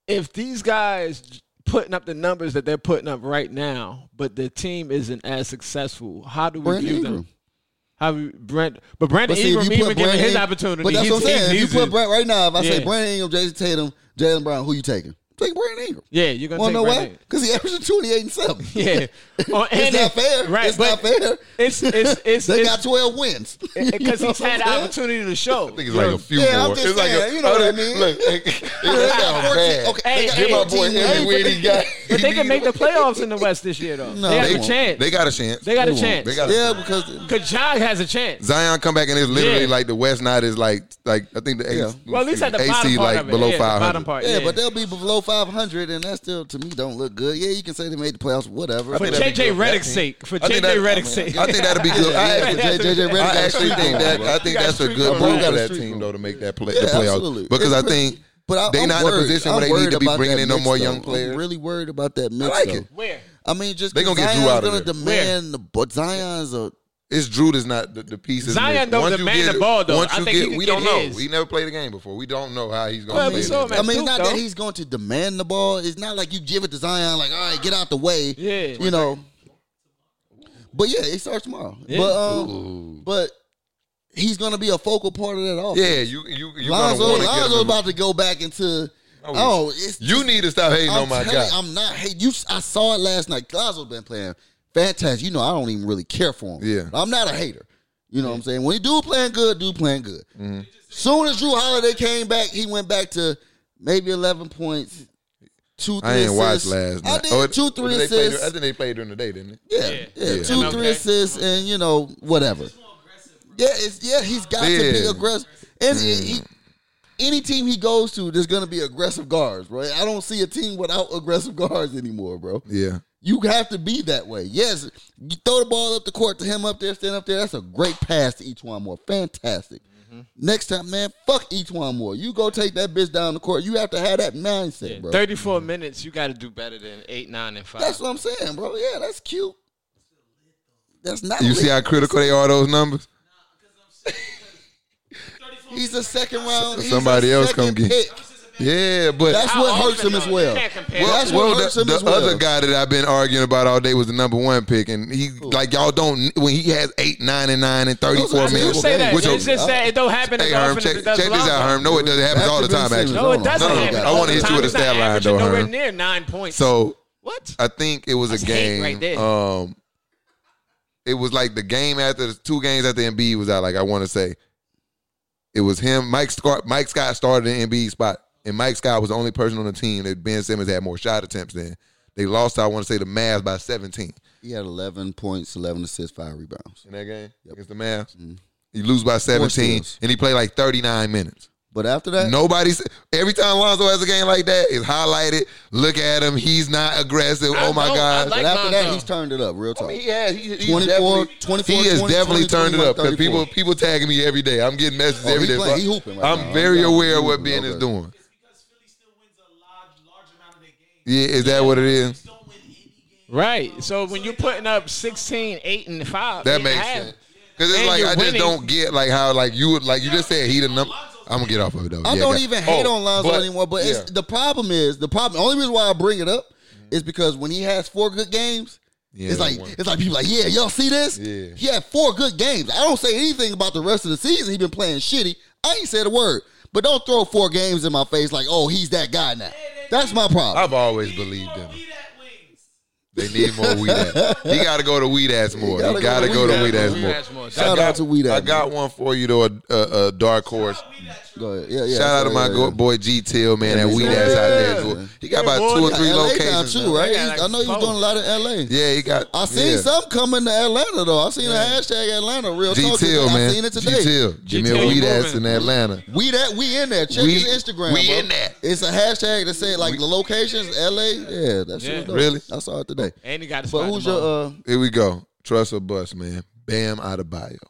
D: If these guys j- putting up the numbers that they're putting up right now, but the team isn't as successful, how do we
C: Brandon
D: view
C: Ingram.
D: them? How we, Brent, but Brandon
C: But see,
D: Ingram
C: if you
D: even
C: put
D: given
C: Brandon,
D: his opportunity,
C: but that's
D: he's,
C: what I'm saying.
D: he's
C: If you put
D: using-
C: Brandon right now, if I
D: Yeah.
C: say Brandon Ingram, Jason Tatum, Jalen Brown, who you taking? Take Brandon Ingram.
D: yeah, you're gonna
C: Well,
D: take
C: know
D: Brandon.
C: why? Because he averaged 28 and 7.
D: Yeah. Oh,
C: it's
D: and
C: not
D: it-
C: fair.
D: right,
C: it's not
D: but
C: fair.
D: It's it's it's
C: They
D: it's-
C: got 12 wins.
D: because
C: You know
D: he's had
C: what I'm
D: the
C: saying?
D: opportunity to show.
B: I think it's like a few
C: Yeah, I'm
B: more.
C: just
B: it's like a,
C: saying, you know what I mean.
B: Look,
C: They
B: that's
C: got
B: how
C: 14
B: bad.
D: Hey,
C: Okay, they got
B: my
D: hey,
B: boy
C: 18
B: every
C: wins.
B: win he got.
D: But they can make the playoffs in the West this year, though.
C: No,
D: they have
C: they
D: a
C: won't.
D: chance.
B: They got a chance.
D: They got a
C: won't.
D: chance.
B: They got a
C: Yeah, because
D: Cause John has a chance.
B: Zion come back and it's literally
D: Yeah.
B: like the West Night is like like I think the A-
C: Yeah.
D: Well, at least at the
B: AC
D: bottom part
B: like
D: of it.
B: below
D: yeah, the
B: five
D: bottom
B: hundred.
D: part.
C: Yeah,
D: Yeah,
C: but they'll be below 500, and that still, to me, don't look good. Yeah, you can say they made the playoffs, whatever.
D: for
B: think that'd be
D: JJ
B: good.
D: Reddick's sake, for
B: I think
D: JJ
B: that-
D: Reddick's sake.
B: I think that'll be good. I
C: Yeah,
B: actually-
C: yeah, JJ Redick
B: I
C: got
B: actually
C: streak
B: think
C: going,
B: that
C: bro.
B: I think that's a good move for that team though to make that play the
C: Yeah,
B: playoffs
C: absolutely.
B: because
C: It's
B: I
C: pretty-
B: think
C: But I,
B: they
C: I'm
B: not in a
C: worried.
B: position
C: I'm
B: where they need
C: worried
B: to be
C: about
B: bringing
C: that
B: in no
C: mix,
B: more
C: though.
B: young players.
C: I'm really worried about that mix.
B: like
C: though.
B: it.
D: Where?
C: I mean, just
B: They gonna get
C: Zion's
B: Drew out of
C: gonna
B: there.
C: demand, the, but Zion's a
B: It's Drew is not the, the piece. is
D: Zion
B: missing.
D: don't
B: Once you
D: demand
B: get
D: the
B: it-
D: ball, though.
B: once
D: I
B: you
D: think he
B: get-
D: can
B: we
D: get
B: don't know.
D: his.
B: We never played the game before. We don't know how he's gonna
D: Well,
B: play.
D: we
B: in
D: saw
B: this
D: him
B: game.
C: I mean,
D: Duke,
C: it's not that
D: though.
C: he's going to demand the ball. It's not like you give it to Zion, like, all right, get out the way.
D: Yeah.
C: You know. But yeah, it starts tomorrow. But um, but he's gonna be a focal part of that offense.
B: Yeah, you you you gonna
C: Lonzo,
B: want to get
C: Lonzo's
B: him. in-
C: about to go back into oh, it's
B: You need to stop hating
C: I'm
B: on my
C: telling you,
B: guy.
C: I'm not. Hey, you. I saw it last night. Glazo's been playing fantastic. You know, I don't even really care for him.
B: Yeah.
C: I'm not a hater. You know what I'm saying? When he do playing good, do playing good.
B: Mm-hmm.
C: Soon as Drew Holiday came back, he went back to maybe 11 points, two, three
B: I ain't watched last
C: assists.
B: night.
C: I did
B: Oh,
C: two, three
B: they played- I
C: assists.
B: think they played during the day, didn't they?
C: Yeah, yeah, two,
B: Yeah.
C: three assists, and you know whatever. Yeah, it's, yeah, he's got to be
B: Yeah.
C: aggressive. And he, any team he goes to, there's going to be aggressive guards, right? I don't see a team without aggressive guards anymore, bro.
B: Yeah.
C: You have to be that way. Yes, you throw the ball up the court to him up there, stand up there. That's a great pass to Etwan Moore. Fantastic. Next time, man, fuck Etwan Moore. You go take that bitch down the court. You have to have that mindset, bro.
D: Thirty-four minutes. You got to do better than eight, nine, and five.
C: That's what I'm saying, bro. Yeah, that's cute. That's not.
B: You see
C: lit.
B: how critical they are those numbers?
C: he's a second round. he's
B: Somebody
C: a
B: else
C: second
B: come get-
C: pick.
B: Yeah, but
C: That's what hurts him as well.
D: can't compare
B: well,
C: That's
B: well,
C: what hurts
B: the,
C: him
B: the
C: as well.
B: other guy that I've been arguing about all day was the number one pick, and he like y'all don't when he has eight, nine, and nine and thirty
C: Those
B: four
C: are
D: You
B: minutes.
C: terrible
D: say that.
B: which
D: It's
B: are-
D: just that it don't happen as
B: hey,
D: often
B: Herm,
D: as
B: check,
D: it does
B: check this
D: Lonzo.
B: out, Herm. No, it doesn't happen all the time. Actually,
D: No, it doesn't
B: No, no, no.
D: happen.
B: I
D: all
B: wanna
D: the
B: hit you
D: time.
B: with a
D: He's not
B: stat line,
D: averaging
B: though,
D: Nowhere
B: Herm.
D: near nine points.
B: So
D: what?
B: I think it was a
D: That's hate
B: game.
D: right there.
B: Um, it was like the game after the two games after Embiid was out. Like I want to say, it was him. Mike Scott. Mike Scott started in Embiid spot, and Mike Scott was the only person on the team that Ben Simmons had more shot attempts than. They lost. I want to say the Mavs by seventeen.
C: He had 11 points, 11 assists, five rebounds.
B: in that game Mm-hmm. against the
C: Mhm.
B: Mavs. He lose by 17,
C: steals.
B: and he played like 39 minutes.
C: But after that,
B: Nobody's every time Lonzo has a game like that, it's highlighted. Look at him; he's not aggressive.
D: I
B: oh my
D: know, I
B: God!
D: like
C: but after that,
D: Lonzo.
C: he's turned it up. Real talk.
B: he has. He, he's
C: 24,
B: definitely-
C: 24,
B: he has
C: 20,
B: definitely
C: 20,
B: turned it up because
C: 31.
B: people people tagging me every day. I'm getting messages
C: Oh, he
B: every day.
C: playing-
B: So
C: he hooping right
B: I'm
C: now.
B: very
C: He's
B: aware of what
C: hooping,
B: Ben is
C: okay.
B: doing.
G: It's because Philly still wins a large, large amount of their games.
B: Yeah, is that what it is?
G: They don't win any game.
D: Right. So when you're putting up 16, 8, and 5.
B: That
D: eight
B: makes
D: and a half,
B: sense. Because it's
D: And
B: like
D: you're
B: I just
D: winning.
B: don't get like how like you would like you just said he the number. I'm gonna get off of it though.
C: I
B: Yeah,
C: don't
B: got-
C: even hate
B: Oh,
C: on Lonzo anymore. But
B: yeah.
C: it's, the problem is the problem. Only reason why I bring it up is because when he has four good games,
B: Yeah,
C: it's
B: that
C: like
B: one.
C: it's like people like, yeah, y'all see this?
B: Yeah.
C: He had four good games. I don't say anything about the rest of the season. He been playing shitty. I ain't said a word. But don't throw four games in my face like, oh, he's that guy now. That's my problem.
B: I've always believed in him.
G: We that wings.
B: They need more weed ass. He got to go to weed ass more. He got to go to weed ass more.
C: Shout out to Weed
B: I
C: Admiral.
B: got one for you though, a, a, a dark horse.
C: Go ahead. Yeah, yeah.
B: Shout out to
C: Yeah,
B: my
C: yeah,
B: go-
C: yeah.
B: boy G Till man, that weed
C: yeah.
B: ass out there.
C: Yeah.
B: too. He got about two or
C: Yeah,
B: three
C: LA
B: locations.
C: now
B: now.
C: too, right?
D: They got
C: He-
D: like
C: I know he was
D: four.
C: doing a lot in L.A.
B: Yeah, he got.
C: I seen
B: yeah.
C: some coming to Atlanta though. I seen a hashtag Atlanta real
B: G
C: talk.
B: Till
C: I
B: man.
C: seen it
B: G
C: today.
B: Till, give me a
D: G-Till,
B: weed
D: you
B: ass in
D: moving.
B: Atlanta.
C: We that we in there. Check
B: We-
C: his Instagram.
B: we
C: bro.
B: in there.
C: It's a hashtag that say like the locations, LA. Yeah, that shit.
D: Yeah.
C: was dope.
B: Really?
C: I saw it today.
D: And he got a
C: But
D: spot
C: who's your?
D: tomorrow.
C: uh
B: Here we go. Trust or bust, man. Bam out of bio.
D: uh,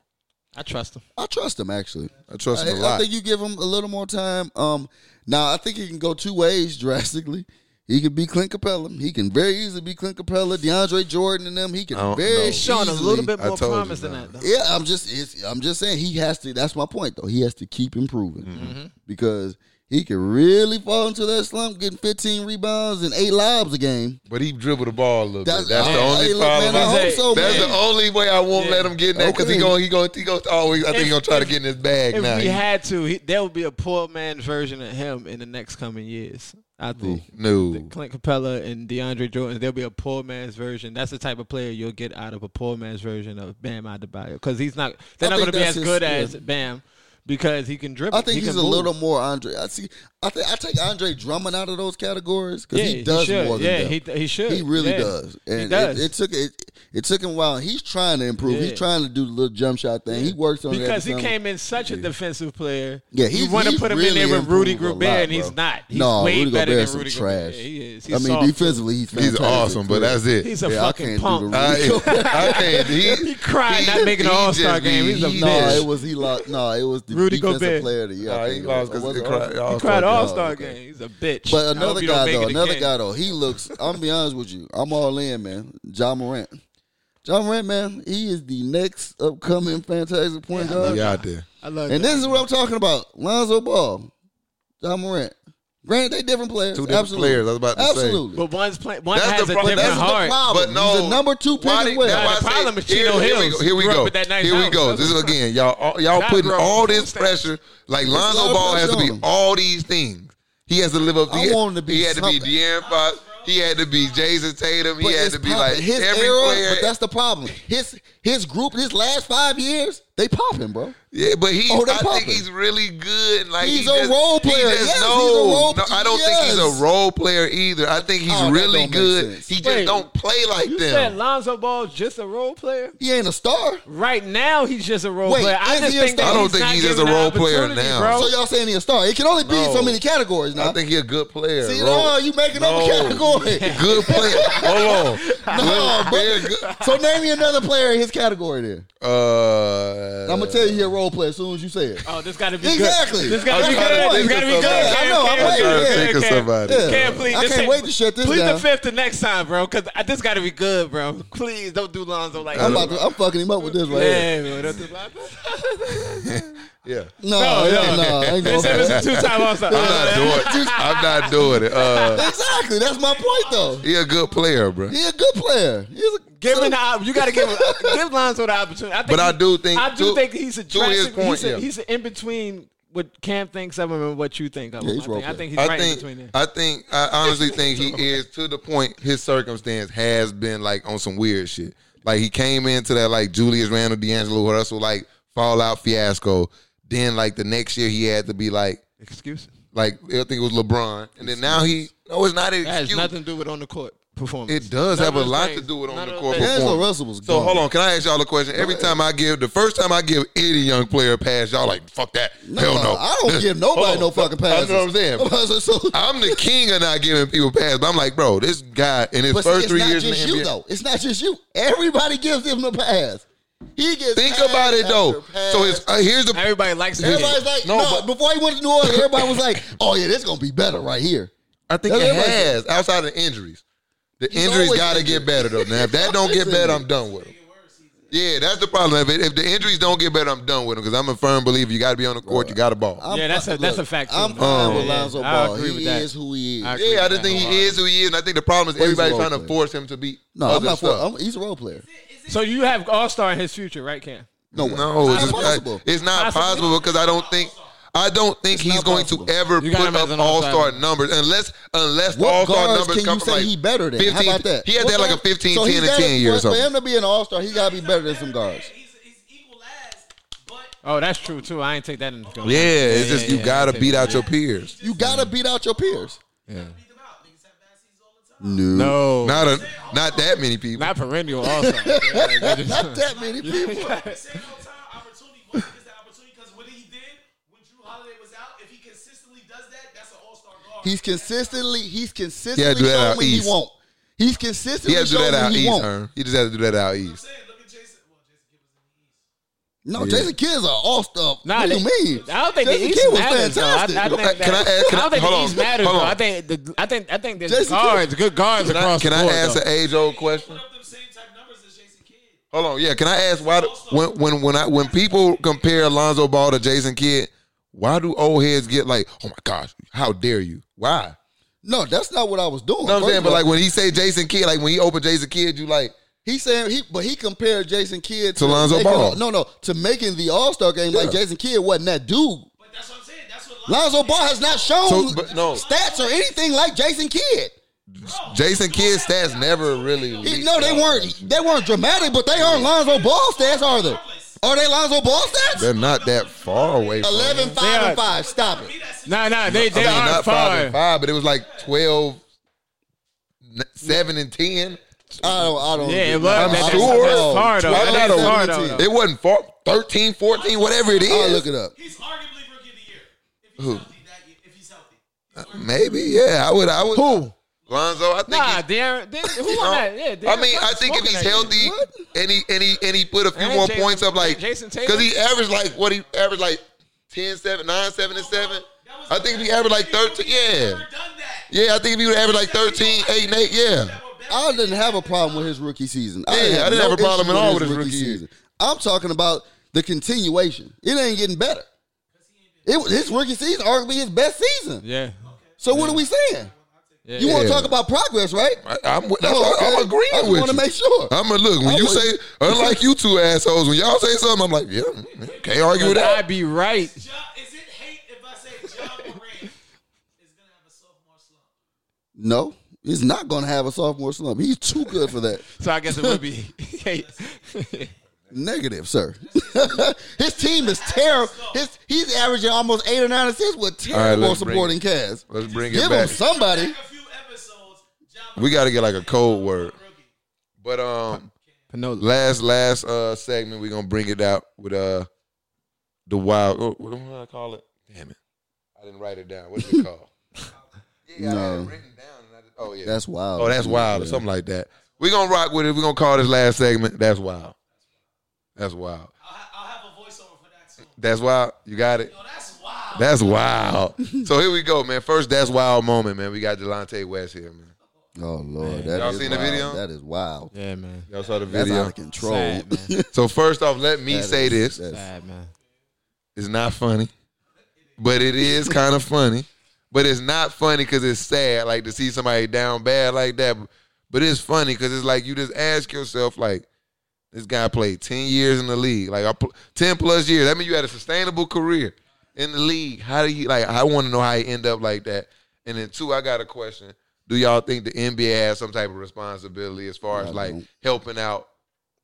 D: I trust him.
B: uh,
C: I trust him actually.
B: I trust
C: I,
B: him a
C: I
B: lot.
C: think you give him a little more time. Um, now I think he can go two ways drastically. He can be Clint Capella. He can very easily be Clint Capella, DeAndre Jordan, and them. He can
B: I don't
C: very
B: know.
C: easily.
B: Showing
D: Showing a little bit
B: I
D: more
B: told you,
D: promise than
B: man.
D: that, though.
C: Yeah, I'm just it's, I'm just saying he has to. That's my point though. He has to keep improving
B: Mm-hmm.
D: Mm-hmm.
C: because he could really fall into that slump, getting 15 rebounds and eight lobs a game.
B: But he dribbled the ball a little
C: That's-
B: bit. That's the
C: I-
B: only
C: hey, look,
B: problem.
C: man, I
B: I-
C: hope so,
B: That's
C: man.
B: the only way I won't let him get in that because he
C: Okay.
B: going he going he going always. I think he going to try to get in his bag
D: If
B: now.
D: we
B: He-
D: had to, he, there would be a poor man's version of him in the next coming years. I think.
B: no,
D: Clint Capella and DeAndre Jordan, there'll be a poor man's version. That's the type of player you'll get out of a poor man's version of Bam Adebayo because he's not. They're not
C: I
D: going to
C: think
D: be
C: that's
D: as
C: his-
D: good
C: yeah.
D: as Bam because he can dribble.
C: I think
D: He
C: he's
D: can
C: a
D: move.
C: little more Andre. I see. I think I take Andre Drummond out of those categories because
D: Yeah,
C: he does
D: should.
C: more than
D: yeah,
C: them.
D: he he should.
C: He really
D: Yeah.
C: does. And
D: he does.
C: It, it took it. It took him a while. He's trying to improve.
D: Yeah.
C: He's trying to do the little jump shot thing. He works on it
D: because
C: every
D: he
C: summer.
D: came in such a defensive player.
C: Yeah, he's-
D: you want to
C: he's
D: put him in
C: really
D: there with Rudy
C: improved a
D: Gobert,
C: lot,
D: and he's
C: bro.
D: not. He's
C: No,
D: way
C: Rudy
D: better
C: Gobert's
D: than
C: some
D: Rudy Gobert.
C: trash.
D: Yeah, he is.
C: I
D: He's
C: mean,
D: soft.
C: defensively, he's
B: he's
C: fantastic.
B: awesome, but that's it.
D: He's a
C: Yeah, I
D: fucking
C: can't do
D: punk.
C: the-
B: I, I can't. He, he
D: cried not making an
B: he
D: All-Star
B: just
D: game.
B: be-
D: He's a
B: he
C: no,
B: just-
C: it was he lost. No, it was the
D: Rudy
C: defensive
D: Gobert.
C: player of the year. I
B: Nah, he
C: think it
B: lost
C: was.
B: because
C: It
B: he
C: wasn't
B: cried
C: All-Star.
B: All
D: Cried All
B: Star.
D: Star
C: okay.
D: game. He's a bitch. I
C: But
D: hope
C: another
D: he don't
C: guy
D: make
C: though,
D: it
C: another
D: again.
C: guy though, he looks. I'm be honest with you, I'm all in, man. John Morant, John Morant, man, he is the next upcoming fantastic point guard.
B: Yeah, out there.
H: I love
C: And
H: that.
C: this is what I'm talking about: Lonzo Ball, John Morant. Granted, they different players.
B: Two different
C: Absolutely.
B: players, I was about to say.
C: Absolutely.
D: But one's play, one
B: That's
D: has
B: the
D: a
B: pro-
D: different
B: that's the
D: heart.
C: problem.
B: But no,
C: He's the number two pick
B: why
C: as
B: did-
C: well.
B: that's
D: Nah,
B: why
D: the
B: I say-
D: problem is Chino
B: here- here we
D: Hills.
B: go, Here we
D: Grew up
B: go.
D: with that nice
B: Here we
D: house.
B: go. This is again, y'all. all- Y'all
D: Not
B: putting
D: grown.
B: all this pressure. Like
C: a lot
B: Lonzo
C: of
B: Ball has to
C: pressure
B: be
C: on him.
B: all these things. He has to live up.
C: I
B: he,
C: want him to be
B: He had to be
C: something.
B: De'Aaron Fox. He had to be Jason Tatum. He
C: But
B: had
C: it's
B: to be
C: pop-
B: like
C: his
B: every
C: era,
B: player.
C: but that's the problem. His his group, his last five years, they popping, bro.
B: Yeah, but he,
C: Oh, they
B: I think
C: popping.
B: he's really good. Like
C: He's
B: he
C: a
B: just-
C: role
B: he
C: player.
B: just
C: Yes, he's a
B: knows.
C: role-
B: no, I don't think he's
C: yes.
B: a role player either. I think he's
C: Oh, that don't
B: really
C: make
B: good.
C: sense.
B: He just
D: Wait,
B: don't play like
D: You said
B: them.
D: Lonzo Ball's just a role player.
C: He ain't a star.
D: Right now, he's just a role
C: Wait,
D: player. I
C: is
D: just
C: he a
D: think
C: star?
D: that
C: I
B: don't
D: he's
B: think
D: not
B: he's just
D: given
B: a
D: the
B: role player
D: opportunity,
B: now.
D: Bro.
C: So y'all saying he a star? It can only be
B: No.
C: so many categories now.
B: I think he's a good player.
C: See,
B: Role-
C: no, you making up
B: No.
C: a category.
B: good player. Hold on.
C: No,
B: Very
C: but-
B: good.
C: so name me another player in his category there.
B: Uh,
C: I'm gonna tell you he a role player as soon as you say it.
D: oh, this got to be
C: Exactly.
D: good. This got to
B: I'm
D: be
B: trying to
D: good. This
B: think
D: got
B: of
D: to be good.
B: somebody.
D: Cam,
C: I know, I'm
D: Cam,
C: waiting.
D: Cam,
B: I'm trying to
D: Cam,
B: think of
D: Cam.
B: somebody.
C: Yeah.
D: Cam, please.
C: I
D: this
C: can't
D: ain't-
C: wait to shut this
D: Please
C: down.
D: defend the next time, bro, because this got to be good, bro. Please don't do Lonzo like
C: I'm,
D: that.
C: about to, I'm fucking him up with this right here.
D: Yeah, bro. That's
B: Yeah.
C: No,
D: No, no.
C: yeah, no, I ain't gonna
D: a two-time All-Star.
B: I'm not doing it. I'm not doing it. Uh,
C: Exactly, that's my point though.
B: he a good player, bro.
C: He a good player. He's a
D: Give him the op- you got to give give Lonzo the opportunity. I think
B: But I
D: he-
B: do think-
D: I do
B: to-
D: think he's a
B: to his
D: drastic,
B: point,
D: he's, a,
B: yeah.
D: he's in between what Cam thinks of him and what you think of
C: Yeah,
D: him.
C: he's
D: I,
C: role
D: think, I
C: player.
D: think he's
B: I
D: right in between
B: think
D: there.
B: I think I honestly think he is to the point his circumstance has been like on some weird shit. Like he came into that like Julius Randle, D'Angelo Russell like fallout fiasco. Then like the next year he had to be like
D: Excuses.
B: like I think it was LeBron, and then now he no, it's not an
D: That has
B: excuse.
D: nothing to do with on the court. performance.
B: It does
D: None
B: have
D: of
B: a
D: those
B: lot
D: things.
B: to do with on
D: None
B: the
D: of
B: court
D: those things.
C: D'Angelo
B: performance.
C: Russell was
B: So
C: gone.
B: hold on, can I ask y'all a question? Every time I give the first time I give any young player a pass, y'all like fuck that.
C: No,
B: Hell no,
C: I don't give nobody
B: Hold on.
C: no fucking passes.
B: I know what I'm saying.
C: so,
B: I'm the king of not giving people passes. But I'm like, bro, this guy in his
C: but see,
B: first
C: it's
B: three
C: not
B: years in the
C: just you
B: NBA.
C: though. It's not just you. Everybody gives him the pass. He gets.
B: Think
C: pass
B: about it though.
C: after pass.
B: So it's, uh, here's the
D: Everybody likes it.
C: everybody's like,
B: No,
C: no.
B: but-
C: before he went to New Orleans, everybody was like, oh yeah, this gonna be better right here.
B: I think
C: That's
B: it
C: everybody-
B: has outside of injuries. The
C: He's
B: injuries
C: always
B: got to
C: injured.
B: get better though. Now if that don't get better, I'm done with him. Yeah, that's the problem. If, it, if the injuries don't get better, I'm done with him because I'm a firm believer. You got to be on the court. You got to ball.
C: I'm
I: Yeah, that's a- that's a fact, too,
C: I'm
I: man.
C: fine
B: Oh.
I: Yeah,
C: with
I: yeah.
C: Lonzo
I: I
C: Ball.
I: agree
C: He
I: with that.
C: is who he is.
I: I agree.
B: yeah, I just think he is who he is, and I think the problem is everybody's
C: He's a role
B: trying to
C: player.
B: force him to be.
C: No, I'm
B: other
C: not for.
B: stuff.
C: I'm, he's a role player.
I: So you have All Star in his future, right, Cam?
C: No, way.
B: No, it's,
C: It's
B: just,
C: not possible.
B: I- it's not possible because I don't think I don't think he's
C: not
B: going
C: possible.
B: to ever
I: You
B: put
I: got him as
B: up
I: an
B: all
I: all-star.
B: star numbers unless unless
C: What
B: all star
C: guards
B: numbers
C: can
B: come
C: you
B: from
C: say
B: like
C: he better than?
B: 15
C: How about that?
B: He had
C: What
B: that like a
C: guard-
B: 15,
C: so
B: 10,
C: he's
B: and
C: gotta-
B: 10 year or
C: For
B: something.
C: him to be an all star, he got to be better than some guards.
G: He's, he's equal as, but
D: Uh.
I: Oh, that's true too. I ain't take that into account.
B: Yeah, it's just you gotta beat out your peers.
C: You got to beat out your peers.
G: beat them out. Niggas have bad seasons all the time.
C: No,
I: No, not,
B: Not a, not that many people.
I: perennial All Star.
C: not that many people.
G: They say all the time, opportunity. Once he gets that opportunity, because what he did when Drew Holiday was out, if he consistently does that, that's an all star guard.
C: He's consistently. He's consistently
B: do that out
C: showing me
B: east.
C: he won't. He's
B: He
C: consistently
B: has to do
C: showing
B: that out
C: me he
B: east,
C: won't.
B: Herm. He just has to do that out east.
G: Saying, look at Jason. Well, Jason Kidd was in the East.
C: No, Jason Kidd's an all star.
I: Nah,
C: what do
I: they-
C: you mean?
I: I don't think
C: Jason
I: the East
C: Kidd was
I: matters. Though. I, I
C: fantastic.
I: think that,
B: Can I ask- can
I: I don't
B: I-
I: think
B: hold
I: the
B: on,
I: East matters.
B: hold
I: Though.
B: on.
I: I think the, I think I think there's
C: Jason
I: guards, good guards
B: Can I,
I: across
B: can
I: the
B: I
I: board.
B: ask
I: though.
B: an age old question?
G: Put up them same type numbers as Jason Kidd.
B: Hold on, yeah. Can I ask why? When when when I when people compare Alonzo Ball to Jason Kidd, why do old heads get like, oh my gosh, how dare you? Why?
C: No, that's not what I was doing.
B: You know what I'm
C: First
B: saying?
C: of
B: But
C: all,
B: like when he say Jason Kidd, like when he opened Jason Kidd, you like,
C: He saying he, but he compared Jason Kidd
B: To Lonzo
C: making-
B: Ball.
C: No, no, to making the All Star game like Jason Kidd wasn't that dude.
G: But that's what I'm saying. That's what
C: Lonzo Ball has not shown
B: So, but no.
C: stats or anything like Jason Kidd.
B: Jason Kidd stats never really.
C: He,
B: leaked
C: no, they
B: out.
C: weren't. They weren't dramatic, but they aren't Lonzo Ball stats, are they? Are they Lonzo Ball stats?
B: They're not that far away. From
C: 11,
B: him.
C: 5, and 5. Stop it.
I: Nah, nah, they
B: I
I: they
B: mean,
I: are
B: not five and
I: far.
B: five, but it was like 12, n- seven and ten.
C: I don't. I don't
I: Yeah,
C: agree.
I: it was.
C: I'm
I: That- that's-
C: sure.
I: that's far, though.
C: Twelve,
I: That is far,
C: seventeen.
I: though, though.
B: It wasn't far, 13, 14, whatever it
C: I'll
B: is.
C: look it up.
G: He's arguably rookie of the year. If he's
B: Who?
G: healthy that year, if he's healthy.
B: Maybe, yeah. I would. I would. Who? Lonzo. I think.
I: Nah,
B: he-
I: De'Aaron. they- Who won
B: you know,
I: that? Yeah,
B: I
I: De'Aaron
B: mean, I
I: Fox
B: think if
I: smoking
B: he's
I: that year.
B: healthy, and he and he and he put a few
I: And
B: more
I: Jason-
B: points up, like
I: Jason Tatum?
B: because he averaged like what he averaged like 10, 7, 9, 7, and seven. I think if he averaged like thirteen, yeah,
G: Never done that.
B: yeah. I think if he would average like 13, 8, and eight, yeah.
C: I didn't have a problem with his rookie season.
B: Yeah, I didn't have a problem
C: issue
B: at all with his rookie year.
C: I'm talking about the continuation. It ain't getting better. It, was- his rookie season arguably his best season.
I: Yeah.
C: So what are we saying?
I: Yeah.
C: You want
B: Yeah.
C: to talk about progress, right?
B: I, I'm, that's
C: Oh,
B: why I'm
C: okay.
B: agreeing
C: I just
B: with
C: wanna
B: you.
C: make sure.
B: I'm gonna look when
C: I'm
B: you
C: like-
B: say, unlike you two assholes, when y'all say something, I'm like, yeah, mm, can't argue with
I: I
B: that.
I: be right.
G: John, is it hate if I say John Moran is gonna have a sophomore slump?
C: No, he's not going to have a sophomore slump. He's too good for that.
I: So I guess it would be.
C: Negative, sir. his team is terrible. His he's averaging almost eight or nine assists with
B: right,
C: terrible
B: let's bring
C: supporting cast.
B: Let's bring it
C: Give him
B: back.
C: somebody.
G: A few episodes, John
B: We got to get like a code word. But um,
I: Panola.
B: last last uh segment, we're gonna bring it out with uh the wild. oh, What, what do I call it? Damn it, I didn't write it down. What's it called? yeah, I had it
C: No.
B: written down. And I just, oh yeah,
C: That's wild.
B: oh that's wild or something like that. We're gonna rock with it. We're gonna call this last segment. That's wild. That's wild.
G: I'll, ha- I'll have a voiceover for that song.
B: That's wild. You got it.
G: Oh, that's wild.
B: That's wild. so here we go, man. First, that's wild moment, man. We got Delonte West here, man.
C: Oh lord, that
B: Y'all
C: is
B: seen the
C: wild.
B: video?
C: That is wild.
I: Yeah, man.
B: Y'all saw the
C: That's out
B: video.
C: of control. Mm.
I: Sad, man.
B: So first off, let me
C: That
B: say
C: is-
B: this.
C: that's-
I: Sad, man.
B: It's not funny, but it is kind of funny. But it's not funny because it's sad, like to see somebody down bad like that. But it's funny because it's like you just ask yourself, like, this guy played ten years in the league, like I pl- ten plus years. That means you had a sustainable career in the league. How do you like? I want to know how you end up like that. And then two, I got a question: Do y'all think the NBA has some type of responsibility as far as
C: I
B: like
C: don't.
B: helping out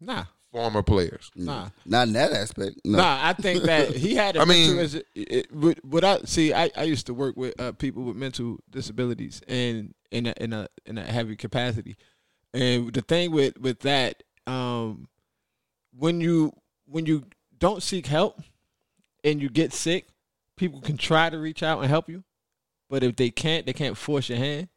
I: Nah,
B: former players?
I: nah.
C: Not in that aspect. No.
I: Nah, I think that he had. a
B: I mean-
I: mental is- it- it- what what I see, I, I used to work with uh, people with mental disabilities, and in a, in a in a heavy capacity. And the thing with with that, um, when you when you don't seek help and you get sick, people can try to reach out and help you, but if they can't, they can't force your hand.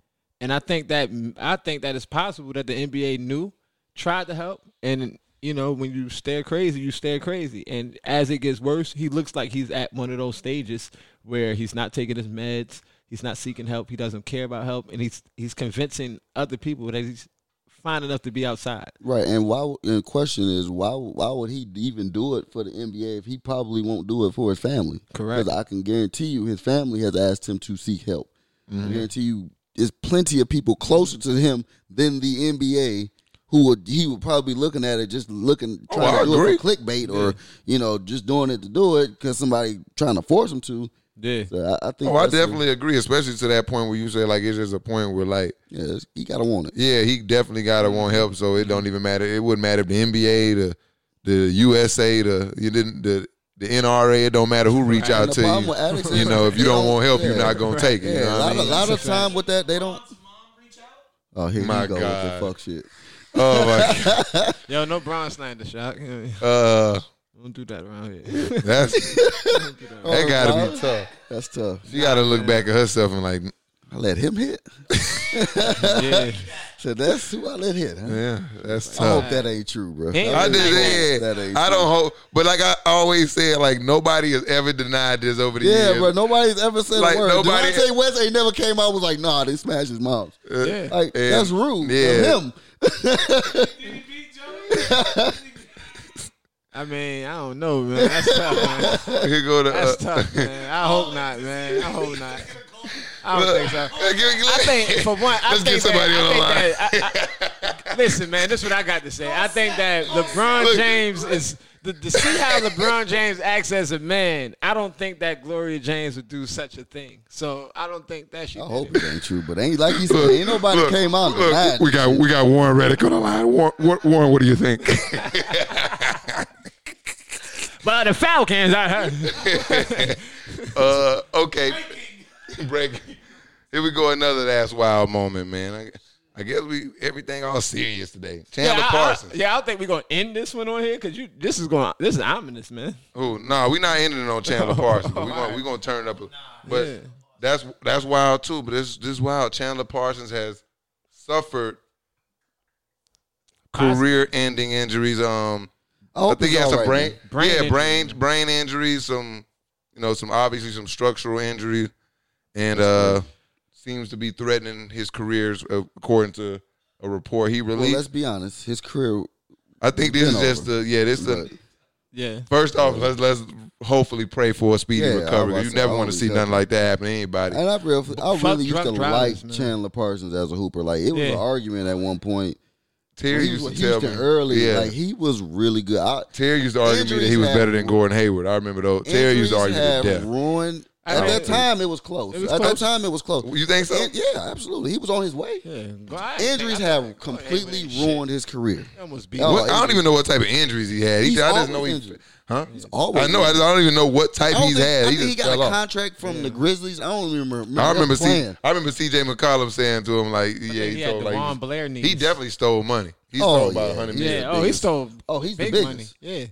I: And I think that I think that it's possible that the NBA knew, tried to help, and you know when you stare crazy, you stare crazy. And as it gets worse, he looks like he's at one of those stages where he's not taking his meds, he's not seeking help, he doesn't care about help, and he's he's convincing other people that he's fine enough to be outside.
C: Right, and why? And the question is why? Why would he even do it for the NBA if he probably won't do it for his family?
I: Correct.
C: Because I can guarantee you, his family has asked him to seek help.
I: Mm-hmm.
C: I guarantee you, there's plenty of people closer to him than the NBA who would he would probably be looking at it just looking
B: Oh,
C: trying
B: I
C: to do
B: agree.
C: it for clickbait or you know just doing it to do it because somebody trying to force him to.
I: Yeah.
C: So I, I think.
B: Oh, I
C: that's a-
B: definitely agree, especially to that point where you say like it's just a point where like
C: yeah, it's- he gotta want it.
B: yeah, he definitely gotta want help, so it don't even matter. It wouldn't matter if the NBA, the the USA, the you didn't the the NRA, it don't matter who reach
C: And
B: out
C: the
B: to
C: problem
B: you.
C: with addicts is
B: You know, if you
C: they
B: don't want help, you're
C: yeah.
B: not gonna take it. You
C: Yeah,
B: know
C: a
B: what I
C: lot,
B: mean?
C: of, lot of time with that they don't. Oh, here
B: My
C: you go
B: God.
C: with the fuck shit.
B: Oh my God.
D: Yo, no Brian Snyder shot. Don't
B: Uh,
D: do that around here.
B: that's
C: Oh,
B: that gotta be tough.
C: That's tough.
B: She gotta look back at herself and like,
C: I let him hit.
I: Yeah.
C: So that's who I let hit. Huh?
B: yeah, that's
C: I
B: tough.
C: hope that ain't true, bro.
I: Ain't
B: I
I: That ain't
B: did.
C: that
B: yeah.
C: ain't
B: I don't hope, but like I always said, like nobody has ever denied this over the
C: Yeah,
B: years.
C: bro. Nobody's ever said
B: Like,
C: a word.
B: nobody-
C: Nobody, Devontae West ain't never came out and was like, "Nah, they smashed his mouth."
B: Uh,
C: Like
B: and-
C: that's rude.
B: yeah.
C: Yeah, him.
G: Did he beat Joey?
D: I mean, I don't know, man. That's tough, man.
B: Here go to
D: That's
B: uh,
D: tough, man. I hope not, man. I hope not. I don't think so.
B: Hey, give me-
D: I think for one, I
B: Let's get
D: think
B: somebody
D: that,
B: on the
D: I
B: line.
D: think that- I- I- listen, man, this is what I got to say. I think that LeBron
B: Look.
D: James is the, to see how LeBron James acts as a man. I don't think that Gloria James would do such a thing. So I don't think that she.
C: I
D: did
C: hope
D: it.
C: it ain't true, but ain't like he said. Ain't nobody
B: Look,
C: came out. and
B: look,
C: denied
B: we got
C: it.
B: we got Warren Reddick on the line. Warren, Warren, Warren, what do you think?
D: But the Falcons, I heard.
B: uh, okay, break. Here we go. Another that's wild moment, man. I, I guess we everything all serious today. Chandler
D: I- I-
B: Parsons.
D: yeah, I think we're gonna end this one on here because you. This is going. This is ominous, man.
B: Oh no, nah, we not ending it on Chandler Parsons. We're gonna, we gonna turn it up, a- but that's that's wild too. But this this is wild. Chandler Parsons has suffered career-ending injuries. Um,
C: hope
B: I think he
C: he's
B: has some
C: all right,
B: brain,
C: man.
D: Brain
B: yeah,
D: injury.
B: brain brain injuries. Some you know some obviously some structural injury, and uh, seems to be threatening his careers uh, according to a report he
C: Well, let's
B: released.
C: be honest. His career.
B: I think this is
C: been
B: just the yeah this the
C: But,
I: Yeah.
B: First off, let's let's hopefully pray for a speedy
C: Yeah, I
B: recovery.
C: was
B: You
C: about to
B: never
C: say,
B: want to
C: always
B: see nothing
C: help.
B: like that happen to anybody.
C: and I really, I
I: Fuck
C: really used
I: drunk
C: to
I: drivers,
C: like
I: man.
C: Chandler Parsons as a hooper. Like it was
I: Yeah.
C: an argument at one point.
B: Terry
C: he
B: used
C: was
B: to tell me
C: Houston early.
B: Yeah,
C: Like he was really good. I,
B: Terry used to argue to me that he
C: Injuries
B: was better than
C: have-
B: Gordon Hayward. I remember though. Terry used to argue
C: Injuries
B: to
C: have
B: death.
C: Ruined.
I: I
C: At
I: mean,
C: that time, it was close.
I: it was
C: At
I: close.
C: that time, it was close.
B: You think so?
C: And- yeah, absolutely. He was on his way.
I: Yeah.
C: Injuries have completely ruined his career.
I: Almost beat.
C: Oh,
B: What- I don't
C: injuries.
B: even know what type of injuries he had. He,
C: He's
B: I just know
C: always
B: he,
C: injured.
B: huh?
C: always
B: I know. I, just, I don't even know what type
C: I don't
B: he's
C: think-
B: had.
C: I
B: he
C: think
B: just
C: he got
B: fell
C: a
B: off.
C: contract from the Grizzlies. I don't even remember.
B: I remember.
C: us
B: C,
C: playing.
B: I remember C.J. McCollum saying to him like, "Yeah,
I: He
B: he,
I: had
B: told like he,
I: Devon
B: was-
I: Blair knees.
B: he definitely stole money. He
C: Oh,
B: stole about
C: yeah.
B: a hundred
I: Yeah.
B: million.
I: oh, he stole.
C: Oh, he's the
I: big
C: biggest.
I: money. Yeah.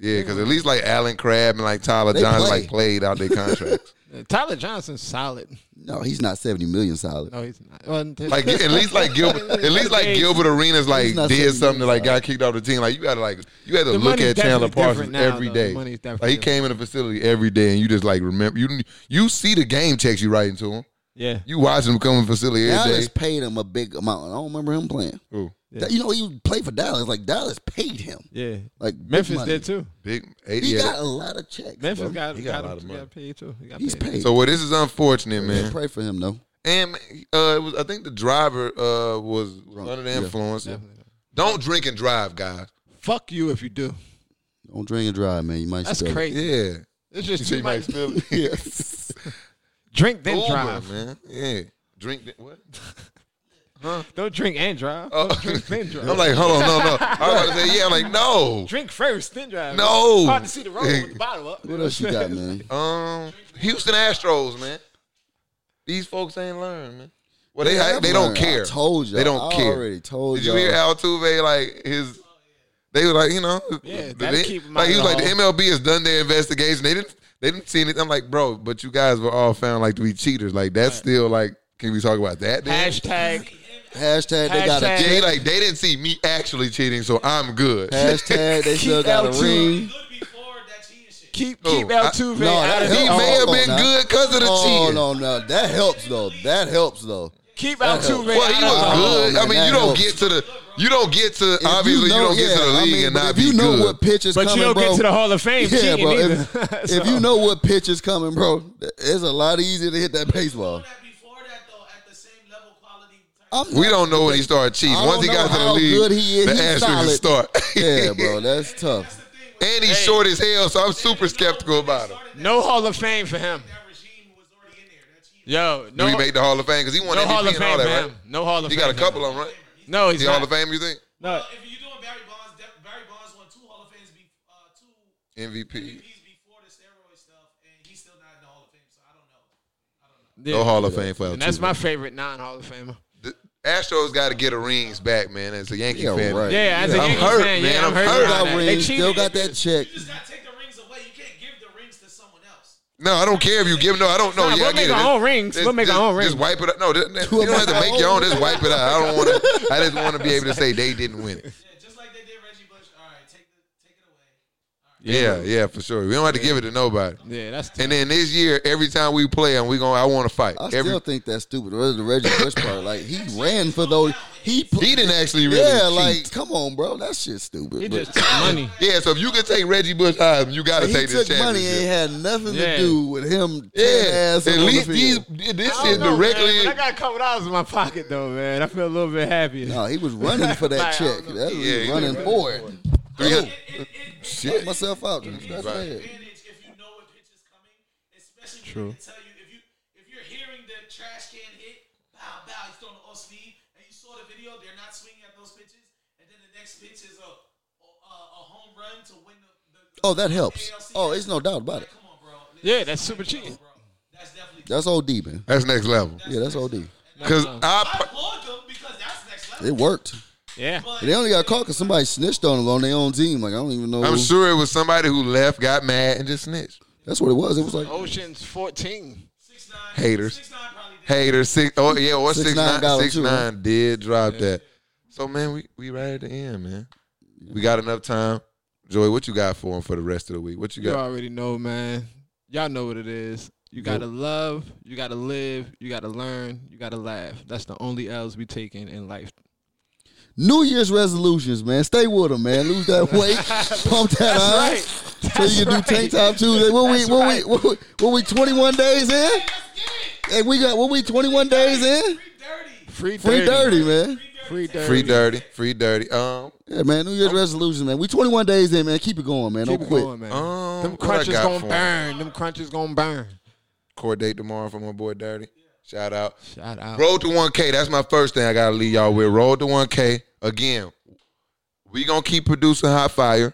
B: Yeah, because at least like Alan Crabb and like Tyler
C: They
B: Johnson
C: play.
B: like played out their contracts.
I: Uh, Tyler Johnson's solid.
C: No, he's not seventy million solid.
I: No, he's not. Well,
B: like at least like Gilbert, at least like Gilbert Arenas like
C: He's not
B: did
C: saying
B: something that like
C: he's
B: got kicked off the team. Like you gotta like you had to
I: The
B: look
I: money's
B: at Chandler
I: definitely
B: Parsons
I: different now,
B: every
I: though. The
B: day.
I: money's
B: Like
I: definitely
B: he came in the facility every day and you just like remember you you see the game checks you writing to him.
I: yeah.
B: You watch him come in the facility every day.
C: Dallas paid him a big amount. I don't remember him playing.
B: Ooh,
C: That- You know, he played for Dallas. Like Dallas paid him.
I: Yeah.
C: Like big
I: Memphis
C: money.
I: did too.
B: big eight,
C: He
B: yeah.
C: got a lot of checks.
I: Memphis
C: bro.
I: got,
B: He got
I: got,
B: a lot
I: him,
B: of money.
I: got paid too. He got
C: He's
I: paid.
C: paid.
B: so well, this is unfortunate,
C: man,
B: man.
C: pray for him though.
B: And uh, it was I think the driver uh was under the influence. Don't drink and drive, guys.
I: Fuck you if you do.
C: Don't drink and drive, man. You might.
I: That's
C: spill it.
I: crazy.
B: Yeah,
I: It's just
B: see
I: too
B: Mike
I: much.
B: Phillips. Yes.
I: Drink then
B: Uber,
I: drive.
B: man. Yeah, drink. th- What?
I: Don't drink and drive.
B: Oh.
I: Don't drink then drive.
B: I'm like, hold on, no, no. I was about to say, yeah. I'm like, no,
I: drink first then drive.
B: no.
I: Hard to see the road with the bottle up.
C: What else you got, man?
B: Um, Houston Astros, man. These folks ain't learned, man. Well, they
C: Yeah,
B: they don't
C: I
B: care.
C: told you.
B: They don't
C: I
B: care.
C: already told
B: Did you
C: y'all.
B: hear Altuve like his? They were like, you know,
I: Yeah,
B: the-
I: that'd
B: they-
I: keep 'em
B: like
I: out
B: he
I: of
B: was like
I: the
B: the MLB has done their investigation. They didn't they didn't see anything. I'm like, bro, but you guys were all found like to be cheaters. Like that's still like, can we talk about that? Then?
I: Hashtag
C: Hashtag they
I: Hashtag-
C: got a
B: yeah, he
C: jet.
B: like they didn't see me actually cheating, so I'm good.
C: Hashtag they still got a
I: L2.
C: ring.
G: Good before that cheating shit.
I: keep
B: Oh,
I: keep
B: I-
I: Altuve
C: No,
I: out of
C: that-
B: He
C: Oh,
B: may have
C: hold on
B: been
C: now.
B: good because of the
C: Oh
B: cheating.
C: no, no, that helps though. That helps though.
I: keep
C: that
I: Altuve
C: helps.
B: Well, he was
I: out of
C: Oh,
B: good. I
C: man,
B: mean, you
C: that
B: don't
C: helps.
B: get to the you don't get to
C: If
B: obviously you,
C: know-
B: don't get to the
C: yeah, I
B: league
C: mean,
B: and
C: but
B: not
C: if
B: be
C: you know
B: good.
C: what pitch is
I: But
C: coming,
I: you don't
C: bro,
I: get to the Hall of Fame
C: yeah,
I: cheating
C: bro.
I: either.
C: If, if you
I: So-
C: know what pitch is coming, bro, it's a lot easier to hit that baseball.
G: That before that though, at the same level quality.
C: I'm
B: we don't know when he started cheating.
C: I
B: Once he
C: don't
B: got to
C: know
B: the
C: how
B: league,
C: good he is.
B: the
C: He's
B: asterisk
C: solid.
B: start.
C: Yeah, bro, that's tough.
B: and he's short as hell, so I'm super skeptical about him.
I: no Hall of Fame for him.
G: That regime was already in there. That cheating.
I: Yo,
B: Do
I: no,
B: he make the Hall of Fame? Because he won
I: no
B: MVP
I: Hall of
B: and all
I: Fame for
B: that,
I: him.
B: right?
I: No Hall of
B: He
I: Fame.
B: got a
I: for
B: couple
I: him.
B: of them, right?
I: No, he's
B: Is he Hall
I: not.
B: of Fame, you think?
I: No,
G: If you're doing Barry Bonds, De- Barry Bonds won two Hall of Fames, be- uh, two
B: MVP.
G: MVPs before the steroid stuff, and he's still not in the Hall of Fame. So I don't know.
B: No
I: yeah.
B: Hall of Fame for Altuve.
I: And that's my favorite non Hall of Famer.
B: The Astros got to get a rings back, man. As a Yankee
C: Yeah,
B: fan,
C: right.
I: Yeah, as a
B: I'm
I: Yankee
B: hurt,
I: fan,
B: man.
I: yeah,
B: I'm
I: I'm hurt.
B: hurt.
I: about
C: Got
I: that.
C: rings,
I: They
C: still
I: cheated.
C: got that check.
G: You just gotta take the rings away. You can't give the rings to someone else.
B: No, I don't care if you give. No, I don't know.
I: Nah,
B: yeah,
I: we'll
B: I get
I: make
B: it.
I: our
B: Just-
I: own rings.
B: just-
I: We'll make our
B: just-
I: own rings.
B: Just wipe it out. No, that- that-
C: We'll
B: you don't have to
C: make our
B: make your own. Just wipe it out. I don't want to. I just want to be able to say they didn't win it.
G: Yeah, just like they did Reggie Bush. All right, take the take it away.
B: Yeah, yeah, for sure. We don't have to give it to nobody.
I: Yeah, that's
B: And then this year, every time we play, and we going I want to fight.
C: I
B: Every
C: still think that's stupid. Where's the Reggie Bush part? Like he ran for those. He, pl-
B: he didn't actually really.
C: yeah,
B: cheat.
C: like come on, bro, that shit's stupid.
I: he
C: but-
I: just took money.
B: yeah. So if you can take Reggie Bush out, you got to
C: he
B: take this
C: took money
B: championship.
C: and had nothing
I: Yeah.
C: to do with him.
B: yeah,
C: tearing ass
B: at
C: up on the
B: least these
C: field.
B: this
I: I
B: is
I: don't know, man,
B: directly.
I: but I got a couple dollars in my pocket though, man. I feel a little bit happier.
C: No, he was running for that
I: Like, I
C: check.
I: don't know.
C: That's
B: Yeah,
C: what he
B: he
C: was running
B: was
C: for it.
B: Three hundred-
G: It, it, it
C: Shut myself out. That's
B: Right.
C: bad.
G: advantage if you know what pitch is coming, especially when they tell you if you if you're hearing the trash can hit, bow bow, he's throwing it off speed, and you saw the video, they're not swinging at those pitches, and then the next pitch is a a, a home run to win the. the
C: Oh, that helps. Oh, it's no doubt about it.
G: come on, bro.
I: Yeah, that's super cheating.
G: That's definitely.
C: That's OD, man.
B: That's next level.
C: Yeah, that's OD.
B: Because
G: I
B: I
G: applaud them because that's next level.
C: It worked.
I: Yeah.
C: They only got caught because somebody snitched on them on their own team. Like I don't even know.
B: I'm
C: who-
B: sure it was somebody who left, got mad, and just snitched.
C: That's what it was. It was like
I: Ocean's 14.
G: Six nine.
B: Haters.
G: Six nine probably did.
B: Hater six. Oh yeah, or
C: Six
B: six
C: nine
B: nine.
C: got him
B: Six
C: too,
B: nine did drop that. So man, we we right at the end, man. We got enough time. Joey, what you got for him for the rest of the week? What you
I: You
B: got?
I: already know, man. Y'all know what it is. You gotta love, you gotta live, you gotta learn, you gotta laugh. That's the only L's we taking in life.
C: New Year's resolutions, man. Stay with them, man. Lose that weight, pump that iron,
I: right.
C: so you can
I: That's
C: do tank top Tuesday. What we
I: That's
C: what,
I: right.
C: we what we what we 21 days in? And we got what we 21 days in?
I: Free
C: Free
I: dirty.
C: dirty, man.
I: Free dirty.
B: Free dirty, free dirty. Um,
C: Yeah, man. New Year's resolutions, man. We 21 days in, man. Keep it going, man.
I: Keep
C: Don't
I: it
C: quit.
I: going, man.
B: um,
I: Them
B: what I
I: crunches
B: got
I: gonna
B: for him?
I: burn. Them crunches gonna burn.
B: Court date tomorrow for my boy Dirty. Shout out.
I: Shout out.
B: Road to 1K. That's my first thing I gotta leave y'all with. Road to 1K. Again, we gonna keep producing hot fire,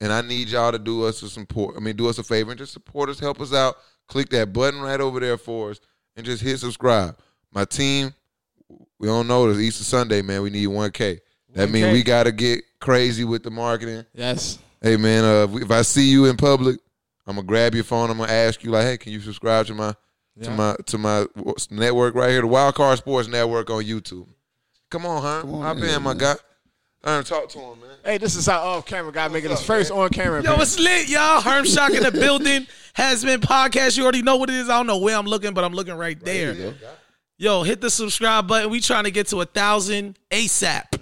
B: and I need y'all to do us a support. I mean, do us a favor and just support us, help us out. Click that button right over there for us, and just hit subscribe. My team, we don't know this Easter Sunday, man. We need 1K. That means
I: 1K.
B: we gotta get crazy with the marketing.
I: Yes.
B: Hey man, uh, if- if I see you in public, I'm gonna grab your phone. I'm gonna ask you like, hey, can you subscribe to my to
I: Yeah.
B: my to my w- network right here, the Wild Card Sports Network on YouTube? Come on, huh?
C: on
B: Hop
C: in,
B: in, my
C: man.
B: guy. I done talk to him, man.
I: Hey, this is our off camera guy making his first on camera.
G: Yo, it's lit, y'all. Herm Shock in the building. Has been podcast. You already know what it is. I don't know where I'm looking, but I'm looking right there. Yo, hit the subscribe button. We trying to get to a thousand ASAP.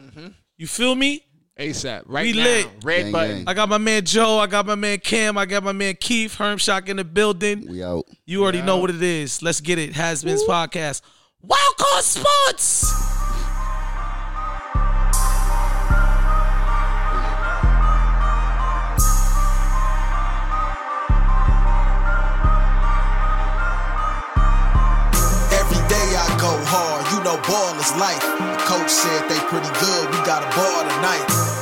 G: You feel me?
I: ASAP. Right
G: We
I: now.
G: lit.
I: Red
C: Gang,
I: button.
C: gang.
G: I got my man Joe. I got my man Cam. I got my man Keith. Herm Shock in the building.
C: We out.
G: You already know what it is. Let's get it. Has been's podcast. Wildcard Sports.
A: Every day I go hard, you know ball is life. The coach said they pretty good, we got a ball tonight.